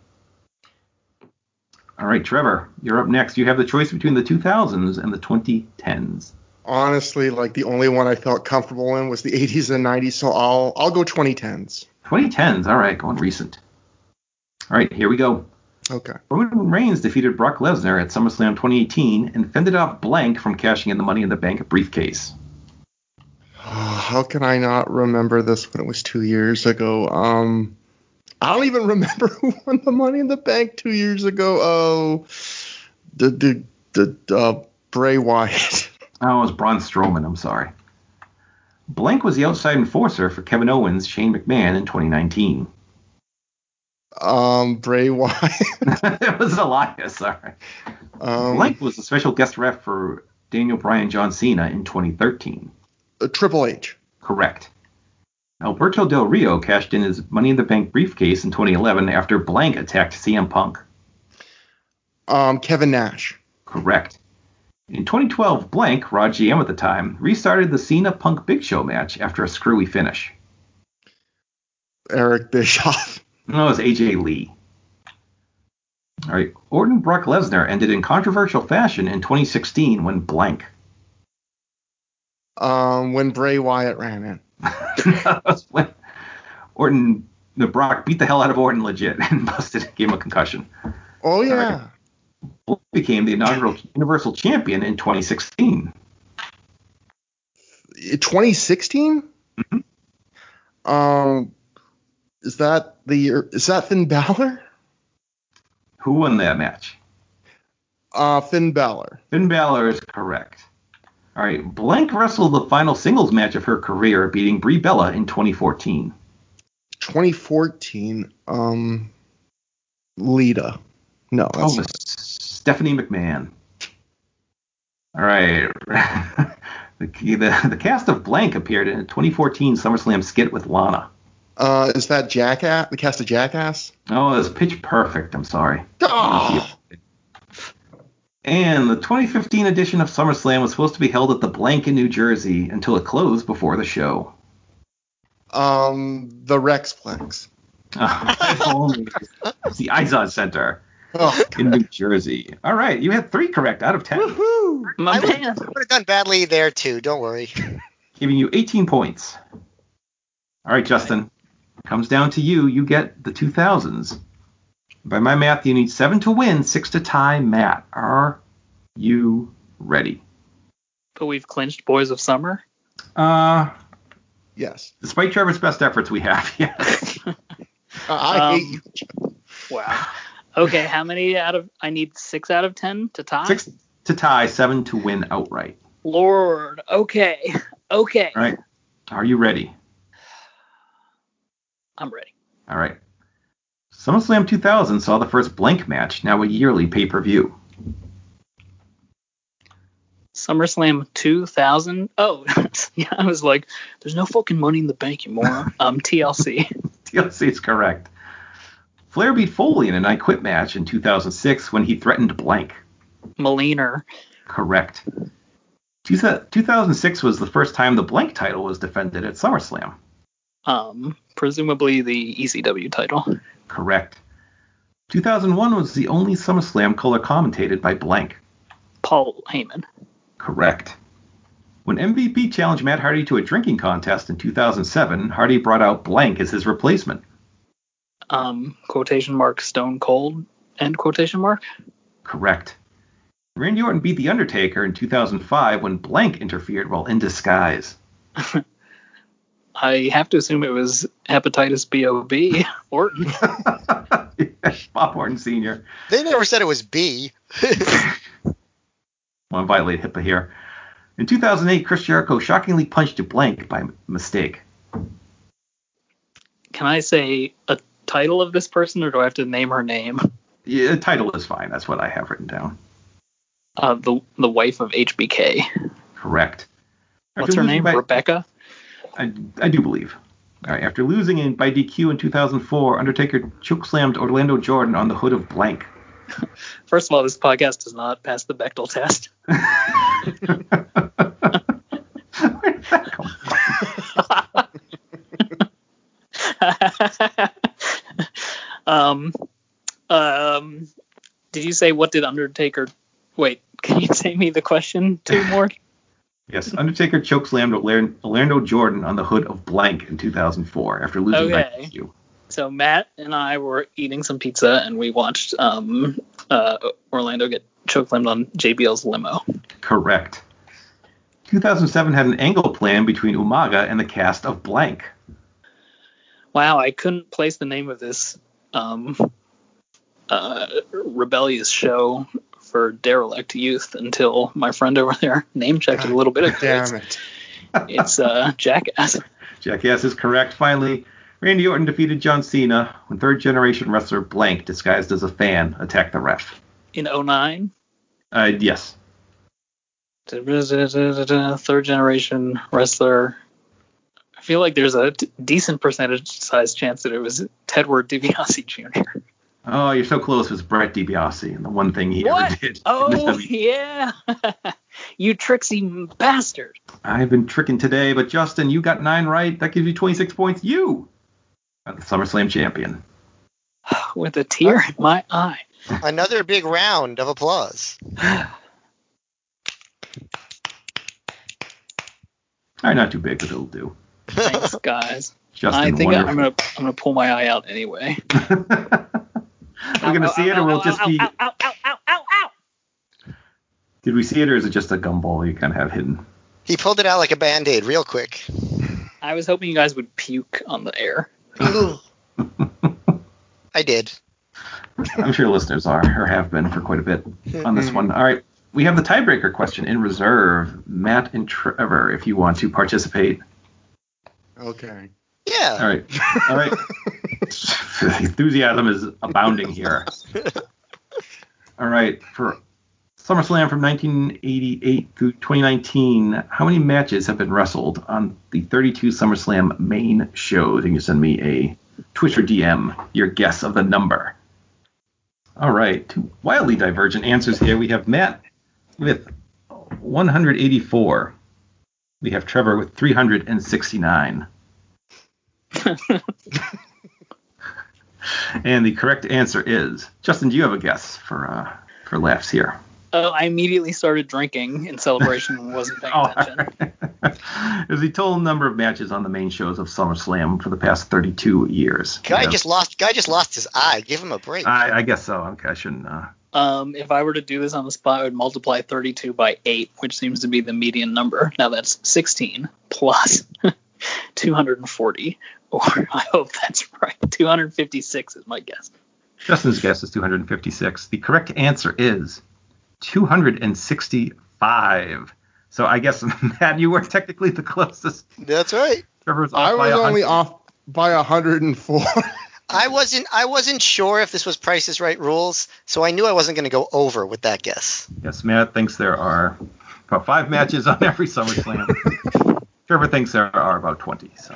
Speaker 3: All right, Trevor, you're up next. You have the choice between the 2000s and the 2010s.
Speaker 6: Honestly, like the only one I felt comfortable in was the 80s and 90s, so I'll I'll go 2010s.
Speaker 3: 2010s. All right, going recent. All right, here we go.
Speaker 6: Okay.
Speaker 3: Roman Reigns defeated Brock Lesnar at SummerSlam 2018 and fended off Blank from cashing in the Money in the Bank briefcase.
Speaker 6: Ah, how can I not remember this when it was two years ago? Um, I don't even remember who won the Money in the Bank two years ago. Oh, the the the uh, Bray Wyatt.
Speaker 3: Oh, it was Braun Strowman. I'm sorry. Blank was the outside enforcer for Kevin Owens, Shane McMahon in 2019.
Speaker 6: Um, Bray Wyatt.
Speaker 3: it was Elias. Sorry.
Speaker 6: Um,
Speaker 3: Blank was a special guest ref for Daniel Bryan John Cena in 2013.
Speaker 6: uh, Triple H.
Speaker 3: Correct. Alberto Del Rio cashed in his Money in the Bank briefcase in 2011 after Blank attacked CM Punk.
Speaker 6: Um, Kevin Nash.
Speaker 3: Correct. In 2012, Blank, Rod GM at the time, restarted the Cena Punk Big Show match after a screwy finish.
Speaker 6: Eric Bischoff.
Speaker 3: No, it was AJ Lee. All right. Orton Brock Lesnar ended in controversial fashion in 2016 when Blank.
Speaker 6: Um, when Bray Wyatt ran in.
Speaker 3: That was when Orton, the Brock beat the hell out of Orton legit and busted, gave him a concussion.
Speaker 6: Oh yeah.
Speaker 3: Blank became the inaugural Universal Champion in 2016.
Speaker 6: 2016. Um, is that the year? Is that Finn Balor?
Speaker 3: Who won that match?
Speaker 6: Uh, Finn Balor.
Speaker 3: Finn Balor is correct. All right, Blank wrestled the final singles match of her career, beating Brie Bella in 2014.
Speaker 6: 2014. Um, Lita. No, that's
Speaker 3: Oh,
Speaker 6: not-
Speaker 3: Stephanie McMahon. All right. the, the, the cast of Blank appeared in a 2014 SummerSlam skit with Lana.
Speaker 6: Uh, is that Jackass? The cast of Jackass?
Speaker 3: Oh, it's pitch perfect. I'm sorry.
Speaker 6: Oh,
Speaker 3: And the 2015 edition of SummerSlam was supposed to be held at the Blank in New Jersey until it closed before the show.
Speaker 6: um, the Rexplex.
Speaker 3: if only. It's the Izod Center.
Speaker 6: Oh,
Speaker 3: in New Jersey. All right, you had three correct out of ten,
Speaker 6: woohoo!
Speaker 4: My
Speaker 5: I would-
Speaker 4: man.
Speaker 5: would have done badly there too. Don't worry.
Speaker 3: giving you 18 points. All right, Justin, comes down to you. You get the 2000s. By my math, you need seven to win, six to tie. Matt, are you ready?
Speaker 4: But we've clinched Boys of Summer.
Speaker 3: Uh,
Speaker 6: Yes,
Speaker 3: despite Trevor's best efforts, we have. Yes.
Speaker 6: I, I
Speaker 4: Um,
Speaker 6: hate you.
Speaker 4: Wow. Okay, how many out of I need six out of ten to tie?
Speaker 3: six to tie, seven to win outright.
Speaker 4: Lord. Okay. Okay.
Speaker 3: All right. Are you ready?
Speaker 4: I'm ready.
Speaker 3: All right. SummerSlam 2000 saw the first blank match, now a yearly pay-per-view.
Speaker 4: SummerSlam 2000. Oh, yeah, I was like, there's no fucking money in the bank, you moron. Um, TLC.
Speaker 3: DLC is correct. Flair beat Foley in an I Quit match in 2006 when he threatened blank.
Speaker 4: Moliner.
Speaker 3: Correct. Two- 2006 was the first time the blank title was defended at SummerSlam.
Speaker 4: Um, presumably the ECW title.
Speaker 3: Correct. 2001 was the only SummerSlam color commentated by blank.
Speaker 4: Paul Heyman.
Speaker 3: Correct. When MVP challenged Matt Hardy to a drinking contest in 2007, Hardy brought out blank as his replacement.
Speaker 4: Um, quotation mark Stone Cold. End quotation mark.
Speaker 3: Correct. Randy Orton beat The Undertaker in 2005 when blank interfered while in disguise.
Speaker 4: I have to assume it was hepatitis B.O.B. Orton.
Speaker 3: Bob Orton Sr.
Speaker 5: They never said it was B.
Speaker 3: Well, I violate HIPAA here. In 2008, Chris Jericho shockingly punched a blank by mistake.
Speaker 4: Can I say a title of this person, or do I have to name her name?
Speaker 3: Yeah, the title is fine. That's what I have written down.
Speaker 4: Uh, the the wife of HBK.
Speaker 3: Correct.
Speaker 4: What's
Speaker 3: After
Speaker 4: her
Speaker 3: losing
Speaker 4: name?
Speaker 3: by-
Speaker 4: Rebecca.
Speaker 3: I, I do believe. All right. After losing in, by DQ in 2004, Undertaker chokeslammed Orlando Jordan on the hood of blank.
Speaker 4: First of all, this podcast does not pass the Bechtel test.
Speaker 3: Where did that come from?
Speaker 4: um, um, did you say what did Undertaker? Wait, can you say me the question two more?
Speaker 3: Yes, Undertaker chokes Lando, Lando Jordan on the hood of blank in 2004 after losing by
Speaker 4: Okay.
Speaker 3: you.
Speaker 4: So Matt and I were eating some pizza and we watched um, uh, Orlando get chokeslammed on JBL's limo.
Speaker 3: Correct. 2007 had an angle plan between Umaga and the cast of Blank.
Speaker 4: Wow, I couldn't place the name of this um, uh, rebellious show for derelict youth until my friend over there name checked it a little bit ago.
Speaker 6: Damn it.
Speaker 4: It's, it's uh, Jackass.
Speaker 3: Jackass is correct. Finally, Randy Orton defeated John Cena when third generation wrestler Blank, disguised as a fan, attacked the ref.
Speaker 4: in 09
Speaker 3: Uh, yes.
Speaker 4: third generation wrestler i feel like there's a d- decent percentage size chance that it was tedward DiBiase jr
Speaker 3: Oh, you're so close. It was Brett DiBiase and the one thing he ever
Speaker 4: what
Speaker 3: did.
Speaker 4: oh yeah you tricksy bastard
Speaker 3: I've been tricking today, but Justin, you got nine right. That gives you 26 points. You are the SummerSlam champion.
Speaker 4: with a tear in my eye
Speaker 5: Another big round of applause.
Speaker 3: All right, not too big, but it'll do.
Speaker 4: thanks guys
Speaker 3: Justin,
Speaker 4: i think I,
Speaker 3: wonderful.
Speaker 4: i'm gonna i'm gonna pull my eye out anyway
Speaker 3: We're gonna see it, or we'll just be.
Speaker 4: ow, ow, ow, ow, ow, ow.
Speaker 3: Did we see it, or is it just a gumball you kind of have hidden?
Speaker 5: He pulled it out like a band aid real quick.
Speaker 4: i was hoping you guys would puke on the air
Speaker 5: I did.
Speaker 3: I'm sure listeners are or have been for quite a bit on this one. All right, we have the tiebreaker question in reserve. Matt and Trevor, if you want to participate.
Speaker 6: Okay.
Speaker 5: Yeah.
Speaker 3: All right, all right. Enthusiasm is abounding here. All right, for SummerSlam from 1988 through 2019, how many matches have been wrestled on the 32 SummerSlam main shows? You can send me a Twitter DM your guess of the number. All right, two wildly divergent answers here. We have Matt with 184. We have Trevor with 369. and the correct answer is Justin. Do you have a guess for uh, for laughs here?
Speaker 4: oh i immediately started drinking in celebration and wasn't
Speaker 3: Oh,
Speaker 4: paying attention
Speaker 3: There's the total number of matches on the main shows of SummerSlam for the past 32 years.
Speaker 5: Guy
Speaker 3: You know,
Speaker 5: just lost. Guy just lost his eye. Give him a break.
Speaker 3: I, I guess so. Okay, I shouldn't. Uh,
Speaker 4: Um, if I were to do this on the spot, I would multiply 32 by 8, which seems to be the median number. Now that's 16 plus 240, or I hope that's right. 256 is my guess.
Speaker 3: Justin's guess is 256. The correct answer is 265. So I guess Matt, you were technically the closest.
Speaker 5: That's right.
Speaker 3: Trevor's off
Speaker 6: I
Speaker 3: by
Speaker 6: was
Speaker 3: 100.
Speaker 6: only off by 104.
Speaker 5: I wasn't. I wasn't sure if this was Price is Right rules, so I knew I wasn't going to go over with that guess.
Speaker 3: Yes, Matt thinks there are about five matches on every SummerSlam. Trevor thinks there are about 20. So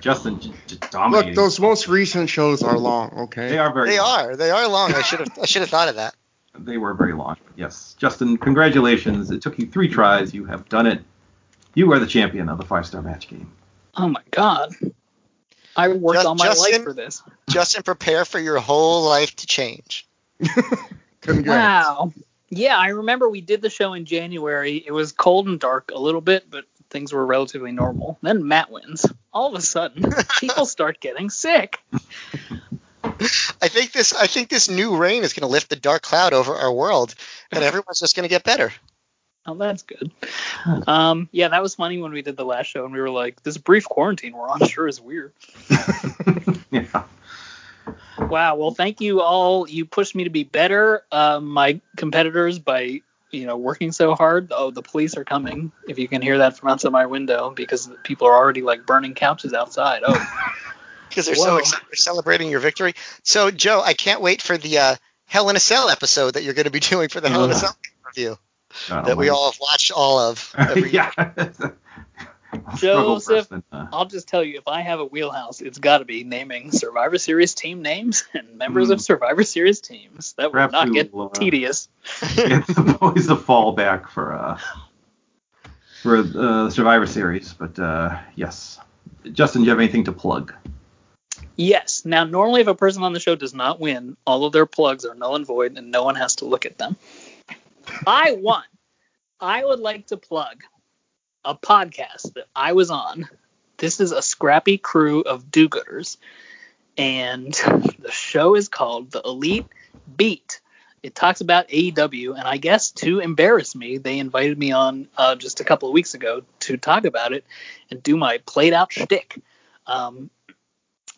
Speaker 3: Justin j- j-
Speaker 6: Look,
Speaker 3: dominating.
Speaker 6: those most recent shows are long,
Speaker 3: they
Speaker 6: okay?
Speaker 3: are very.
Speaker 5: They
Speaker 3: long.
Speaker 5: are. They are long. I should have. I should have thought of that.
Speaker 3: They were very long. Yes, Justin, congratulations. It took you three tries. You have done it. You are the champion of the five-star match game.
Speaker 4: Oh my God. I worked
Speaker 5: Just-
Speaker 4: all my
Speaker 5: Justin?
Speaker 4: life for this.
Speaker 5: Justin, prepare for your whole life to change.
Speaker 6: Congrats.
Speaker 4: Wow. Yeah, I remember we did the show in January. It was cold and dark a little bit, but things were relatively normal. Then Matt wins. All of a sudden, people start getting sick.
Speaker 5: I think this. I think this new rain is going to lift the dark cloud over our world, and everyone's just going to get better.
Speaker 4: Oh, that's good. Um, yeah, that was funny when we did the last show and we were like, this brief quarantine we're on sure is weird.
Speaker 3: Yeah.
Speaker 4: Wow. Well, thank you all. You pushed me to be better. Um, my competitors by you know working so hard. Oh, the police are coming. If you can hear that from outside my window, because people are already like burning couches outside. Oh,
Speaker 5: because they're
Speaker 4: Whoa.
Speaker 5: so excited for celebrating your victory. So, Joe, I can't wait for the uh, Hell in a Cell episode that you're going to be doing for the Hell in a
Speaker 3: Ugh.
Speaker 5: Cell review
Speaker 3: God
Speaker 5: that we
Speaker 3: almighty.
Speaker 5: all have watched all of. Every
Speaker 3: Oh, yeah. Struggle worse
Speaker 4: Joseph.
Speaker 3: than, uh,
Speaker 4: I'll just tell you, if I have a wheelhouse, it's got to be naming Survivor Series team names and members
Speaker 3: Hmm.
Speaker 4: of Survivor Series teams. That will
Speaker 3: Perhaps
Speaker 4: not
Speaker 3: we
Speaker 4: get
Speaker 3: will, uh,
Speaker 4: tedious.
Speaker 3: it's always a fallback for uh for uh, Survivor Series, but uh, yes. Justin, do you have anything to plug?
Speaker 4: Yes. Now, normally, if a person on the show does not win, all of their plugs are null and void, and no one has to look at them. I won. I would like to plug a podcast that I was on. This is a scrappy crew of do gooders, and the show is called The Elite Beat. It talks about AEW, and I guess to embarrass me, they invited me on uh, just a couple of weeks ago to talk about it and do my played out shtick. Um,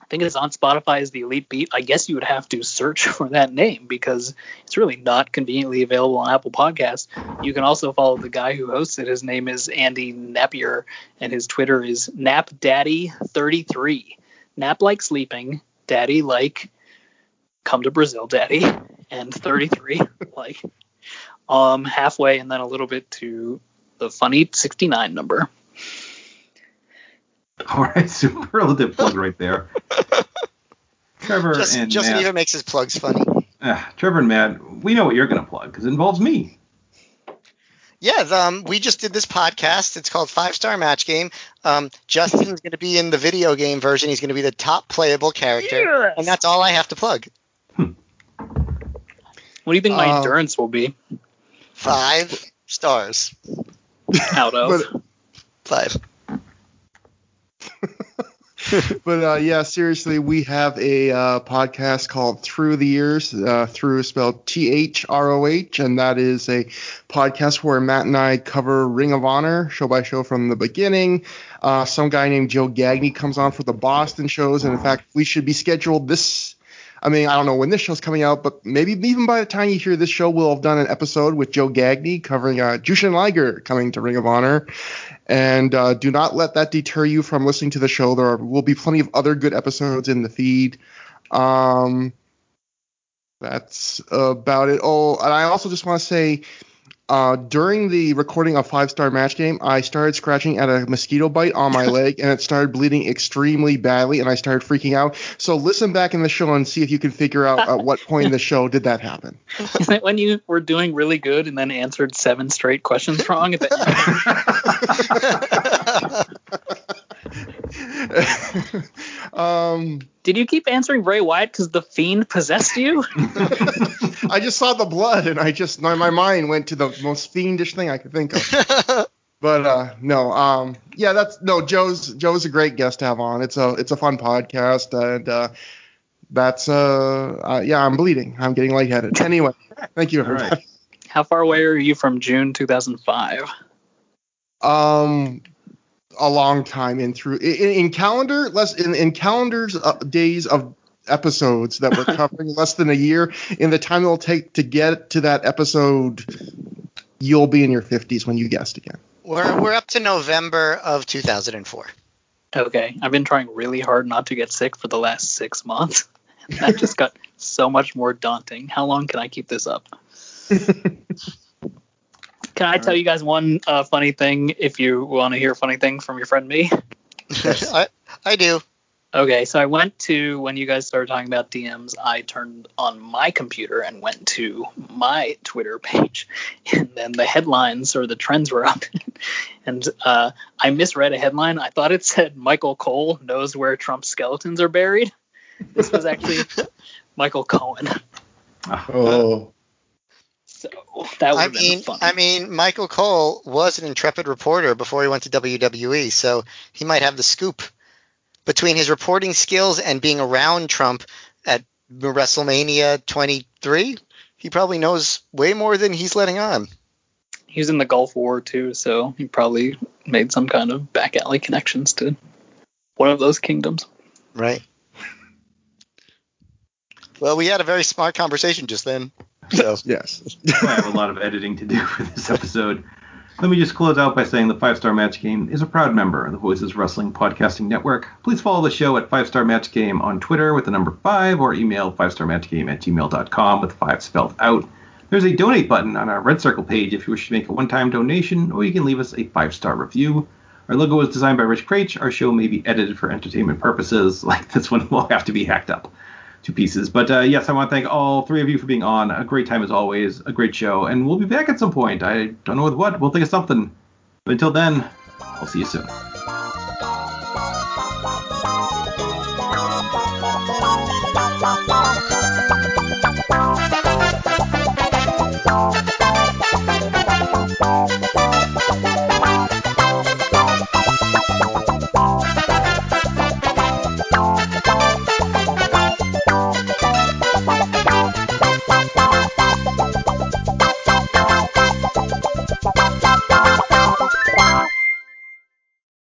Speaker 4: I think it's on Spotify as the Elite Beat. I guess you would have to search for that name because it's really not conveniently available on Apple Podcasts. You can also follow the guy who hosts it. His name is Andy Napier, and his Twitter is NapDaddy33. Nap like sleeping, daddy like come to Brazil, daddy, and 33 like um halfway and then a little bit to the funny 69 number.
Speaker 3: All right, superlative plug right there. Trevor
Speaker 5: Just,
Speaker 3: and
Speaker 5: Justin
Speaker 3: Matt.
Speaker 5: even makes his plugs funny.
Speaker 3: Ah, Trevor and Matt, we know what you're going to plug because it involves me.
Speaker 5: Yeah, the, um, we just did this podcast. It's called Five Star Match Game. Um, Justin's going to be in the video game version. He's going to be the top playable character,
Speaker 4: Yes.
Speaker 5: and that's all I have to plug.
Speaker 4: What do you think my
Speaker 6: Um,
Speaker 4: endurance will be
Speaker 5: Five stars.
Speaker 4: out of?
Speaker 6: But-
Speaker 5: Five.
Speaker 6: but uh, yeah, seriously, we have a uh, podcast called Through the Years. Uh, through is spelled T H R O H, and that is a podcast where Matt and I cover Ring of Honor show by show from the beginning. Uh, some guy named Joe Gagney comes on for the Boston shows, and in fact, we should be scheduled this. I mean, I don't know when this show's coming out, but maybe even by the time you hear this show, we'll have done an episode with Joe Gagney covering uh, Jushin Liger coming to Ring of Honor. And uh, do not let that deter you from listening to the show. There will be plenty of other good episodes in the feed. Um, that's about it. Oh, and I also just want to say uh, during the recording of Five Star Match Game, I started scratching at a mosquito bite on my leg and it started bleeding extremely badly and I started freaking out. So listen back in the show and see if you can figure out at what point in the show did that happen.
Speaker 4: Is it when you were doing really good and then answered seven straight questions wrong? Is that-
Speaker 6: um,
Speaker 4: Did you keep answering Bray Wyatt because the fiend possessed you?
Speaker 6: I just saw the blood, and I just my, my mind went to the most fiendish thing I could think of. but uh, no, um, yeah, that's no. Joe's Joe's a great guest to have on. It's a it's a fun podcast, and uh, that's uh, uh yeah, I'm bleeding. I'm getting lightheaded. Anyway, thank you.
Speaker 3: All right.
Speaker 6: everybody.
Speaker 4: How far away are you from June 2005?
Speaker 6: Um, a long time in through in, in calendar less in in calendars uh, days of episodes that we're covering less than a year in the time it'll take to get to that episode you'll be in your 50s when you guessed again
Speaker 5: We're we're up to November of 2004.
Speaker 4: Okay, I've been trying really hard not to get sick for the last six months. That just got so much more daunting. How long can I keep this up? Can I tell you guys one uh, funny thing if you want to hear funny things from your friend me?
Speaker 5: I, I do.
Speaker 4: Okay, so I went to when you guys started talking about DMs, I turned on my computer and went to my Twitter page, and then the headlines or the trends were up, and uh, I misread a headline. I thought it said Michael Cole knows where Trump's skeletons are buried. This was actually Michael Cohen.
Speaker 6: oh
Speaker 4: So that would
Speaker 5: I
Speaker 4: have been
Speaker 5: mean,
Speaker 4: funny.
Speaker 5: I mean, Michael Cole was an intrepid reporter before he went to WWE, so he might have the scoop. Between his reporting skills and being around Trump at WrestleMania 23, he probably knows way more than he's letting on.
Speaker 4: he was in the Gulf War too, so he probably made some kind of back alley connections to one of those kingdoms.
Speaker 5: Right. Well, we had a very smart conversation just then. So
Speaker 6: yes
Speaker 3: I have a lot of editing to do for this episode. Let me just close out by saying the Five Star Match Game is a proud member of the Voices Wrestling Podcasting Network. Please follow the show at Five Star Match Game on Twitter with the number five or email five star match game at gmail.com with five spelled out. There's a donate button on our Red Circle page if you wish to make a one time donation, or you can leave us a five star review. Our logo was designed by Rich Craich. Our show may be edited for entertainment purposes, like this one will have to be hacked up to pieces. But uh, yes, I want to thank all three of you for being on. A great time as always, a great show, and we'll be back at some point. I don't know with what. We'll think of something. But until then, I'll see you soon.